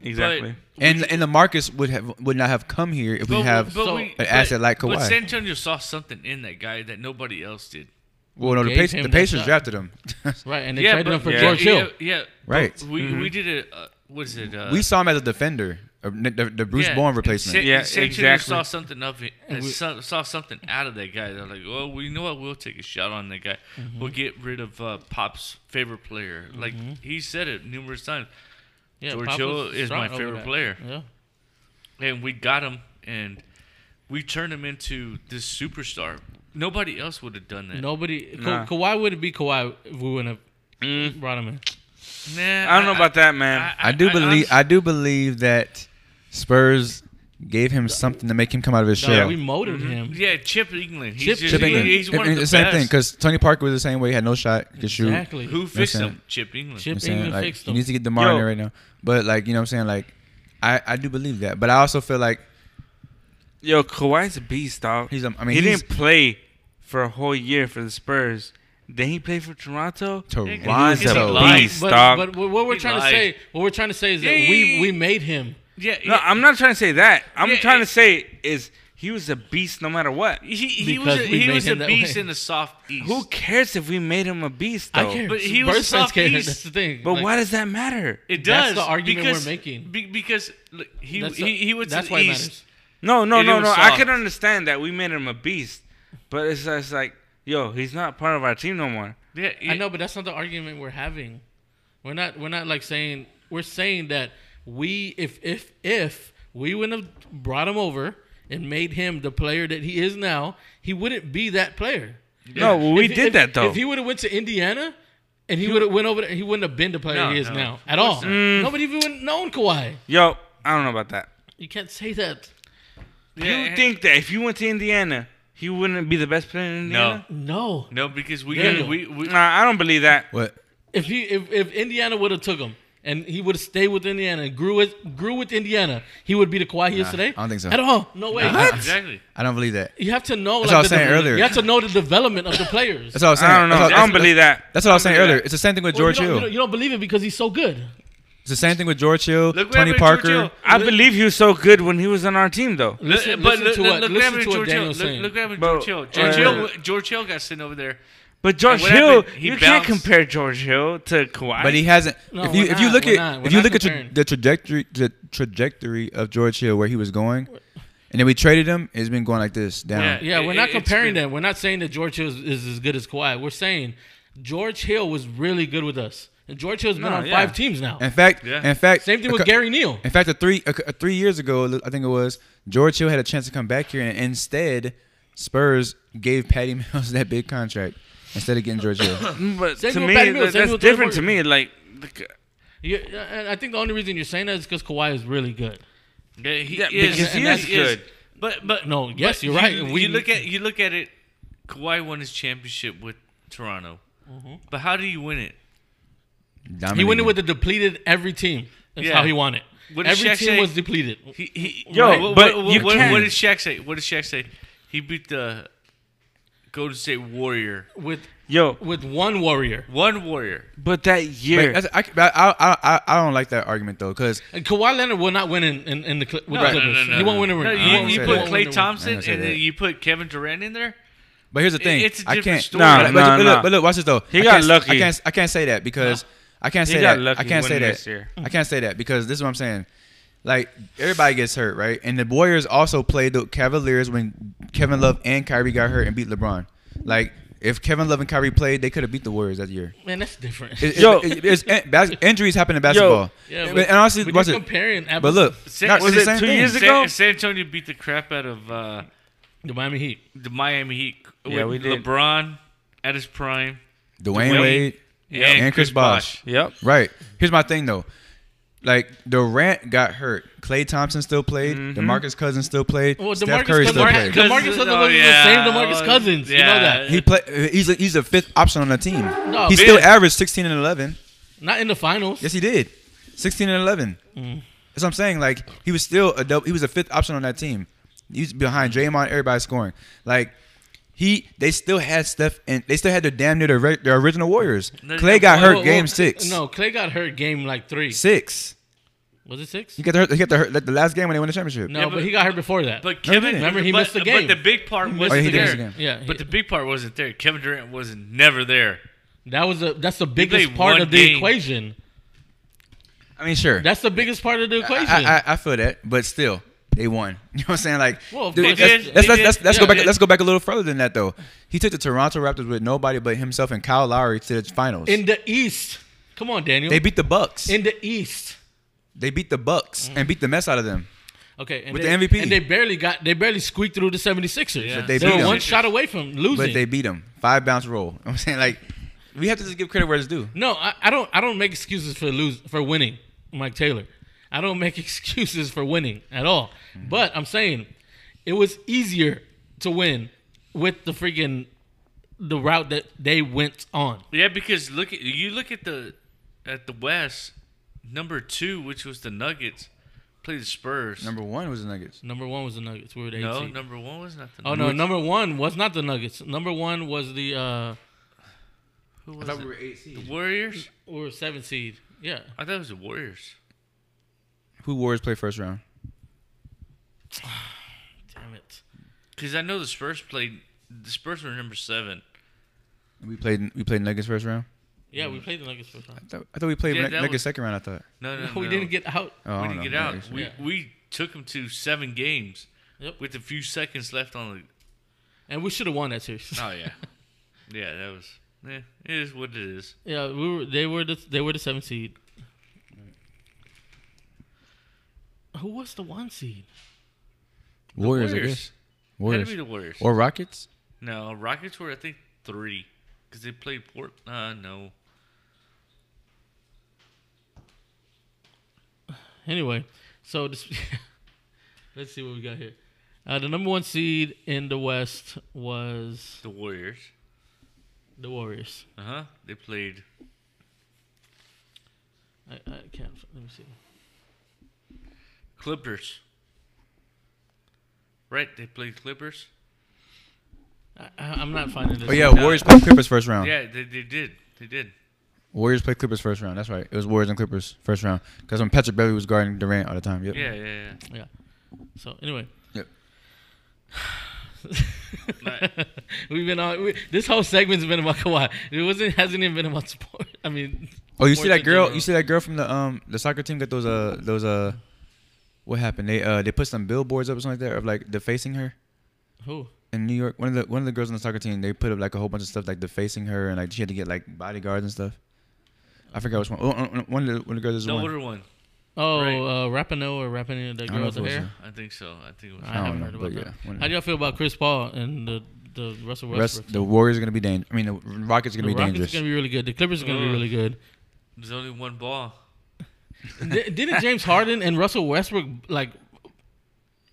exactly.
And and Lamarcus would have would not have come here if we
But-
have
but we-
an
but-
asset like Kawhi.
But San Antonio saw something in that guy that nobody else did.
well, no, the,
Gave
Pac-
him
the
that
Pacers
shot.
drafted him.
Right, and they
yeah,
traded
but,
him for
yeah,
George
yeah,
Hill.
Yeah, but
Right.
We we
Mm-hmm.
did a uh, what is it? Uh,
we saw him as a defender, uh, the, the Bruce
yeah,
Bowen
and
replacement.
San-
Yeah,
San Antonio
exactly.
Saw something of it.
And
uh,
we-
saw, saw something out of that guy. They're like, well, we know what. We'll take a shot on that guy. We'll get rid of uh, Pop's favorite player. Like he said it numerous times.
Yeah,
George
Pop
Hill
was
is
strong
my
over
favorite
that.
player.
Yeah.
and we got him and we turned him into this superstar. Nobody else would have done that.
Nobody.
Nah.
Ka- Kawhi wouldn't be Kawhi if we wouldn't have
Mm.
brought him in.
Nah,
I don't know about that, man.
I do believe I do believe that Spurs gave him something to make him come out of his shell.
Yeah, we motored
Mm-hmm.
him.
Yeah, Chip England. He's
Chip-
just,
Chip
he-
England.
He's one
And
of the
it's the same
best.
thing because Tony Parker was the same way. He had no shot. Could shoot.
Exactly. Who
You know what
fixed
I'm saying?
him? Chip England.
You know what I'm
Chip
saying?
England
Like,
fixed
He
him.
needs to get Demar in
Yo.
there right now. But like you know what I'm saying? Like I, I do believe that. But I also feel like
Yo, Kawhi's a beast, dog.
He's a- I mean,
he
he's-
didn't play for a whole year for the Spurs. Then he played for Toronto.
Toronto.
And he's a
Lied.
beast,
But,
dog.
but what what we're
He
trying
lied.
to say, what we're trying to say is that
Yeah,
we
yeah,
we made him.
Yeah,
no, I'm not trying to say that. I'm trying to say is he was a beast no matter what.
He, he was a, he was a beast in the soft east.
Who cares if we made him a beast?
I
Though?
care. But he was Birds fans soft care, east. that's the thing.
But
Like-
why does that matter?
It
That's
does.
the argument we're
because,
making.
be- because look, he
That's the-
he, he was
that's
to the
why it
east.
matters.
No, no,
And it
no,
was
no. I
soft.
could understand that we made him a beast, but it's just like, yo, he's not part of our team no more.
Yeah,
I know, but that's not the argument we're having. We're not we're not like saying we're saying that we if if if we wouldn't have brought him over and made him the player that he is now, he wouldn't be that player.
No, well, we
If-
did
if-
that, though.
If he would have went to Indiana and he would have went over there, he wouldn't have been the player
No,
he is
no.
now at
Of
all.
course not. Mm.
Nobody even would've known Kawhi.
Yo, I don't know about that.
You can't say that.
you think that if you went to Indiana, he wouldn't be the best player in Indiana?
No.
No, because we
Daniel.
got we, we
Ah,
Nah, I don't believe that.
What?
If he if, if Indiana would have took him and he would have stayed with Indiana and grew with grew with Indiana, he would be the Kawhi he is
Nah,
today.
I don't think so.
At all. No way.
Nah, I- I don't believe that.
You have to know.
That's what
like,
I was
the
saying
develop-
earlier.
You have to know the development of the players.
That's what I was saying. That's what- that's- That's what I was saying
Well,
earlier. It's the same thing with
you
George
don't- You
Hill.
don't, you don't believe it because he's so good.
It's the same thing with George Hill,
Look what
Tony
happened to George
Parker.
Hill.
I believe he was so good when he was on our team, though.
Listen-
but
listen
look,
to
look-
what-
look
listen
happened
to what
George
Daniel's
Hill.
saying.
Look, look what happened to
Bro,
George Hill. George,
uh,
Hill. George Hill got sent over there.
But
And
George
what
Hill,
happened? He
you can't
bounced.
compare George Hill to Kawhi.
But he hasn't.
No,
if you
we're
if you
not,
look
we're
at
not, we're
if you
not
look at tra-
comparing.
the trajectory the trajectory of George Hill where he was going, and then we traded him, it's been going like this down.
Yeah, we're
it-
not
it's
comparing
been-
them. We're not saying that George Hill is, is as good as Kawhi. We're saying George Hill was really good with us. And George Hill's been
No,
on
yeah.
five teams now.
In fact, in fact,
same thing
a
with
cou-
Gary Neal.
In fact, a three a, a three years ago, I think it was George Hill had a chance to come back here, and instead, Spurs gave Patty Mills that big contract instead of getting George Hill.
Mm, but
Same
to
with
me,
Patty Mills,
that-
same
that's
with Trey
different to me. Like, the-
You, and I think the only reason you're saying that is because Kawhi is really good.
Yeah, Uh, he
Yeah,
is.
because he
and
is
that's-
good.
But but
No, yes,
but
you're right.
You,
We-
you look at you look at it. Kawhi won his championship with Toronto,
Mhm.
but how do you win it?
He went in with a depleted every team. That's
Yeah.
how he won it.
What did
every
Shaq
team
say?
was depleted.
He, he,
Yo,
Right. what,
but
what,
you
what,
can't-
what did Shaq say? What did Shaq say? He beat the Golden State Warrior
with
yo
with one warrior.
One warrior.
But that year,
But that's- I, but I, I, I, I don't like that argument though, because
And Kawhi Leonard will not win in, in, in the Cl- with
No,
the
no, no,
Clippers.
no,
he
no.
won't win a
No,
ring.
you, you put
Clay
Klay Thompson and
say that.
then you put Kevin Durant in there.
But here's the
It-
thing.
it's a
I
different
can't.
story.
But, but-
No, no,
but
no.
look, but look, watch this though.
He
I
got
can't- I
lucky.
can't. I can't say that because I can't
He
say
got
that.
lucky
I can't say
winning
that.
this year.
I can't say that because this is what I'm saying. Like everybody gets hurt, right? And the Warriors also played the Cavaliers when Kevin Love and Kyrie got hurt and beat LeBron. Like if Kevin Love and Kyrie played, they could have beat the Warriors that year.
Man, that's different.
It- it- it- it's, in- bas- injuries happen in basketball.
Yeah,
But-
but-
and honestly,
but
watch
you're
it.
comparing
But
apples-
look,
Sa-
no, it's
was
the
it
same
two
thing.
years
San,
ago?
San Antonio beat the crap out of uh,
the Miami Heat.
The Miami Heat.
Yeah,
with
we did.
LeBron at his prime.
Dwayne Wade
and,
and Chris Bosh.
Yep.
Right. Here's my thing though. Like Durant got hurt. Klay Thompson still played. DeMarcus Cousins still played.
Mm-hmm. Well,
Steph
DeMarcus
Curry still
DeMarcus-
played.
DeMarcus Cousins wasn't
Oh,
the
yeah.
same DeMarcus Cousins. You know that.
He play. He's a, he's a fifth option on the team.
No,
he still
fifth.
averaged 16 and 11.
Not in the finals.
Yes, he did. 16 and 11.
Mm.
That's what I'm saying. Like he was still a double, he was a fifth option on that team. He was behind Draymond. Everybody scoring. Like he they still had Steph and they still had their damn near their, re- their original Warriors. Clay got
Well,
hurt
well,
game
well,
six.
No, Clay got hurt game like three.
Six.
Was it six?
He got the hurt. He got the hurt. Like the last game when they won the championship.
No, but, he got hurt before that.
But
No, he
Kevin,
didn't. remember he
but-
missed the game.
But the big part
He
wasn't
missed the
there.
game. Yeah, he-
but the big part wasn't there. Kevin Durant wasn't never there.
that was the that's the
He played
biggest part
one
of the
game.
equation.
I mean, sure.
That's the biggest part of the equation.
I, I, I feel that, but still, they won. You know what I'm saying? Like,
Well, of
dude,
course. They
let's,
did.
let's,
They
let's, let's,
did.
let's
Yeah.
go back. Let's go back a little further than that, though. He took the Toronto Raptors with nobody but himself and Kyle Lowry to the finals.
in the East, come on, Daniel.
they beat the Bucks.
in the East.
They beat the Bucks and beat the mess out of them.
Okay, and
With
they,
the MVP.
and they barely got they barely squeaked through the 76ers.
But they
they
beat
were
'em.
one shot away from losing.
But they beat them. Five bounce roll. You know what I'm saying like, we have to just give credit where it's due.
No, I, I don't. I don't make excuses for lose for winning, Mike Taylor. I don't make excuses for winning at all. But I'm saying it was easier to win with the freaking the route that they went on.
Yeah, because look at you look at the at the West number two, which was the Nuggets, played the Spurs.
Number one was the Nuggets.
Number one was the Nuggets. We were the
No,
18.
number one was not the
Oh no,
Nuggets.
number one was not the Nuggets. Number one was the uh
Who
I
was
thought
it?
we were eight seed.
The Warriors.
Or seven seed. Yeah.
I thought it was the Warriors.
Who Warriors play first round?
Damn it.
Because I know the Spurs played. The Spurs were number seven.
We played. We played Nuggets first round.
Yeah, we played the Nuggets first round.
I thought- I thought we played
Yeah,
Nug-
that
Nuggets
was-
second round. I thought.
No, no,
No, we
no.
didn't get out.
Oh, I don't
we didn't
know.
get out.
Nuggets,
We
yeah.
we took them to seven games.
Yep.
With a few seconds left on
And we should have won that series.
the. Oh yeah. yeah, that was. Yeah, it is what it is.
Yeah, we were. They were the. They were the seventh seed. Who was the one seed?
Warriors, I
Warriors.
guess. Warriors.
Had to be the Warriors.
Or Rockets.
No, Rockets were I think three because they played Port. Uh, no.
Anyway, so this, let's see what we got here. Uh, the number one seed in the West was
the Warriors.
The Warriors.
Uh
Uh-huh,
huh. They played.
I, I can't. Let me see.
Clippers. Right, they played Clippers.
I, I- I'm not finding this.
Oh, yeah, Warriors played Clippers first round.
Yeah, they, they did. They did.
Warriors played Clippers first round. That's right. It was Warriors and Clippers first round. Because when Patrick Beverly was guarding Durant all the time. Yep.
Yeah, yeah,
yeah. So anyway.
Yep.
We've been on. We, this whole segment's been about Kawhi. It wasn't. Hasn't even been about sport. I mean.
Oh, you see
sports
that
in
girl?
general.
You see that girl from the um the soccer team got those uh those uh what happened? They uh they put some billboards up or something like that of like defacing her.
Who?
In New York, one of the one of the girls on the soccer team, they put up like a whole bunch of stuff like defacing her and like she had to get like bodyguards and stuff. I forgot which one. Oh, oh, oh, one of the one of the girls is
The
one.
older one.
Oh, uh, Rapinoe or Rapinoe, the
don't know
girl with
if it
the
was
hair.
her.
I think so. I think it was.
I,
I don't
haven't
know,
heard
but
about that.
yeah, one-
How do y'all feel about Chris Paul and the the Russell Westbrook?
Rest, the Warriors are gonna be dangerous. I mean, the Rockets are
the
gonna be
Rockets
dangerous.
are gonna be really good. The Clippers are gonna be
Ugh.
really good.
There's only one ball.
Di- Didn't James Harden and Russell Westbrook like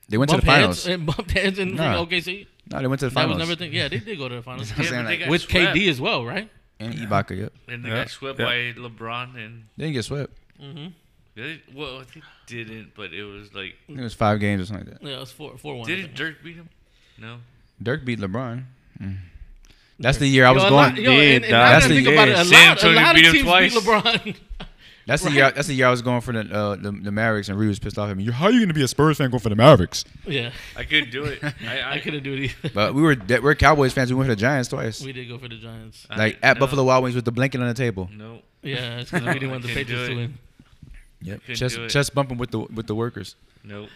They went to the
bump heads
finals.
and bumped hands in
Nah.
freaking OKC?
No, they went to the
That was
finals.
never a thing. Yeah, they did go to the finals
That's what I'm saying, like-
with
They got
KD
swept.
as well, right?
and Ibaka. Yep.
And they
Yeah.
got swept
Yeah.
by LeBron and.
They didn't get swept.
Mhm.
They, well, I think didn't, but it was like.
I think it was five games or something like that.
Yeah, it was four four one. I
Didn't
think.
Dirk beat him? No.
Dirk beat LeBron. Mm. That's the year I was
Yo, a
going.
lot- yo, and- and now that I think about it, a lot, a lot of teams beat LeBron.
That's the year. That's the year I was going for the uh, the, the Mavericks, and Reed was pissed off at me. You're- How are you going to be a Spurs fan going for the Mavericks?
Yeah,
I couldn't do it. I, I,
couldn't do it either.
But we were de- we're Cowboys fans. We went for the Giants twice,
we did go for the Giants.
like at Buffalo Wild Wings with the blanket on the
Mm-hmm.
table.
No.
Yeah, it's 'cause we didn't
I
want the
couldn't do
Patriots to
it.
win.
Yep.
Couldn't
Chest
do it.
chest bumping with the with the workers.
Nope.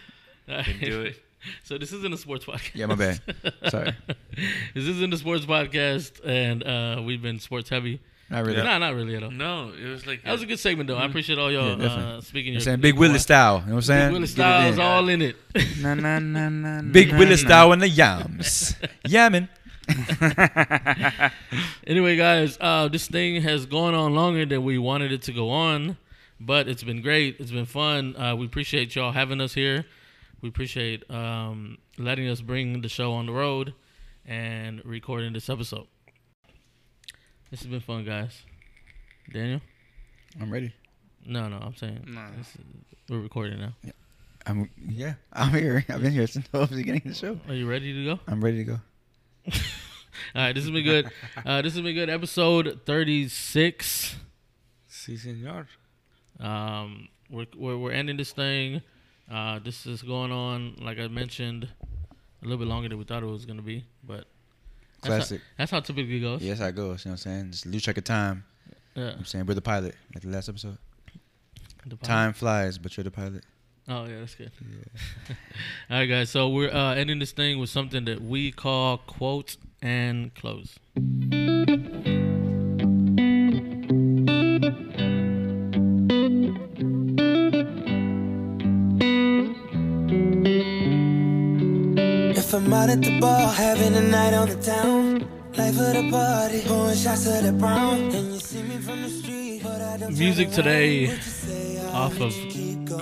Alright.
Couldn't do it.
So this isn't a sports podcast.
Yeah, my bad. Sorry.
this isn't a sports podcast, and uh, we've been sports heavy.
Not really. Mm-hmm.
No, nah, not really at all.
No, it was like
That was a good segment, though. I appreciate all
Yeah,
y'all uh,
definitely.
speaking.
I'm
your-
saying Big Willie style. You know what I'm saying?
Big
Give
Willie
it
style Mm-hmm.
in.
is all in it.
Na na na na.
Big
na,
Willie
na.
style and the yams. Yamming.
anyway, guys, uh, this thing has gone on longer than we wanted it to go on, but it's been great. It's been fun. Uh, we appreciate y'all having us here. We appreciate um, letting us bring the show on the road and recording this episode. This has been fun, guys. Daniel?
I'm ready.
No, no, I'm saying this is- we're recording now.
I'm yeah. I'm here. I've been here since the beginning of the show.
Are you ready to go?
I'm ready to go.
All right, this has been good. Uh, this has been good. Episode 36.
Si, señor.
Um, we're, we're, we're ending this thing. Uh, this is going on, like I mentioned, a little bit longer than we thought it was going to be, but that's how-
Classic.
That's how, typically it goes.
Yes, I go. You know what I'm saying? Just lose track of time.
Yeah.
I'm saying we're the pilot, like the last episode.
The pilot.
Time flies, but you're the pilot.
Oh yeah, that's good. All right, guys. So we're uh, ending this thing with something that we call quote and close.
If I'm out at the bar, having a night on the town, life of the party, pouring shots of the brown, and you see me from the street, but I don't
Music today off of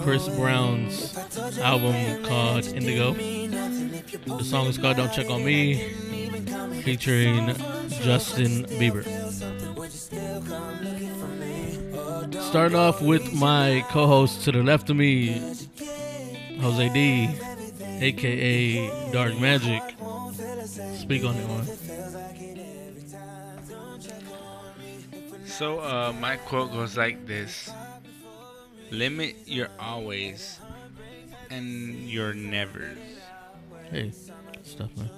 Chris Brown's album called Indigo. The song is called Don't Check on Me, featuring Justin Bieber. Starting off with my co host to the left of me, Jose D, aka Dark Magic. Speak on it, one.
So uh, my quote goes like this: Limit your always and your nevers.
Hey, stuff, man.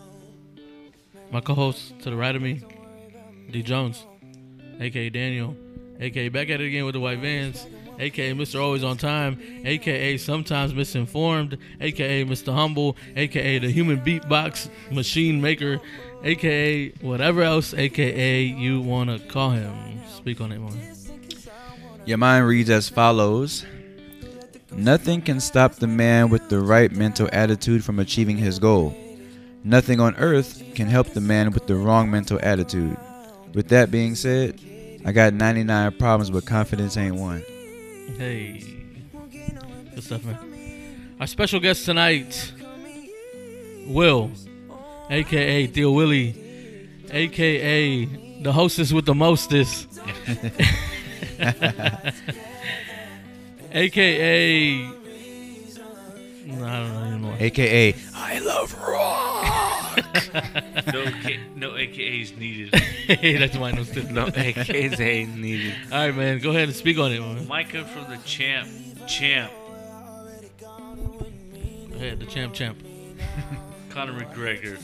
My co-host to the right of me, D Jones, aka Daniel, aka back at it again with the white vans, aka Mr. Always on Time, aka sometimes misinformed, aka Mr. Humble, aka the human beatbox machine maker, aka whatever else, aka you wanna call him. Speak on it more.
Your mind reads as follows Nothing can stop the man with the right mental attitude from achieving his goal. Nothing on earth can help the man with the wrong mental attitude. With that being said, I got 99 problems, but confidence ain't one.
Hey, good stuff, man. Our special guest tonight, Will, aka Deal Willie, aka the hostess with the mostest, aka no, I don't even know.
AKA,
I love rock.
No K- no AKAs needed.
hey, that's mine. was too.
No AKAs ain't
needed.
All right, man. Go ahead and speak on it, man.
Micah from the champ. Champ.
Go ahead, the champ, champ.
Conor McGregor.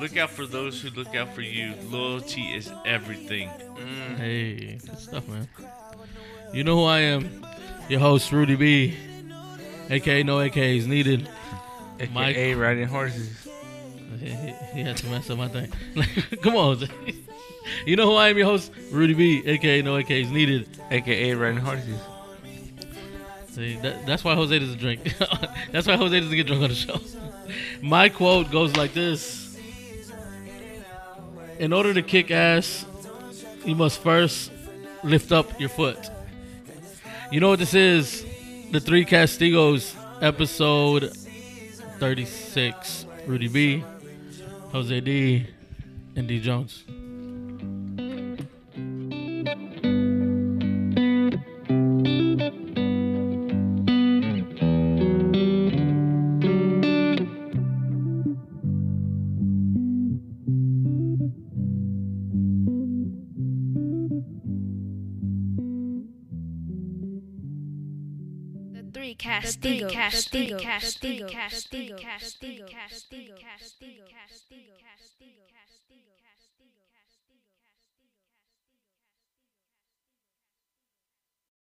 Look out for those who look out for you. Loyalty is everything.
Hey, good stuff, man. You know who I am. Your host, Rudy B. AKA no AKAs needed.
AKA
Mike-
riding horses.
He, he- he had to mess up my thing. Come on. Jose. you know who I am, your host, Rudy B. AKA no AKAs needed.
AKA riding horses.
See, that, that's why Jose doesn't drink. that's why Jose doesn't get drunk on the show. My quote goes like this In order to kick ass, you must first lift up your foot. You know what this is? The Three Castigos, episode 36. Rudy B, Jose D, and D Jones.
The three Castigo. Castigo. Castigo. Castigo. Castigo. Castigo. Castigo. Castigo. Castigo.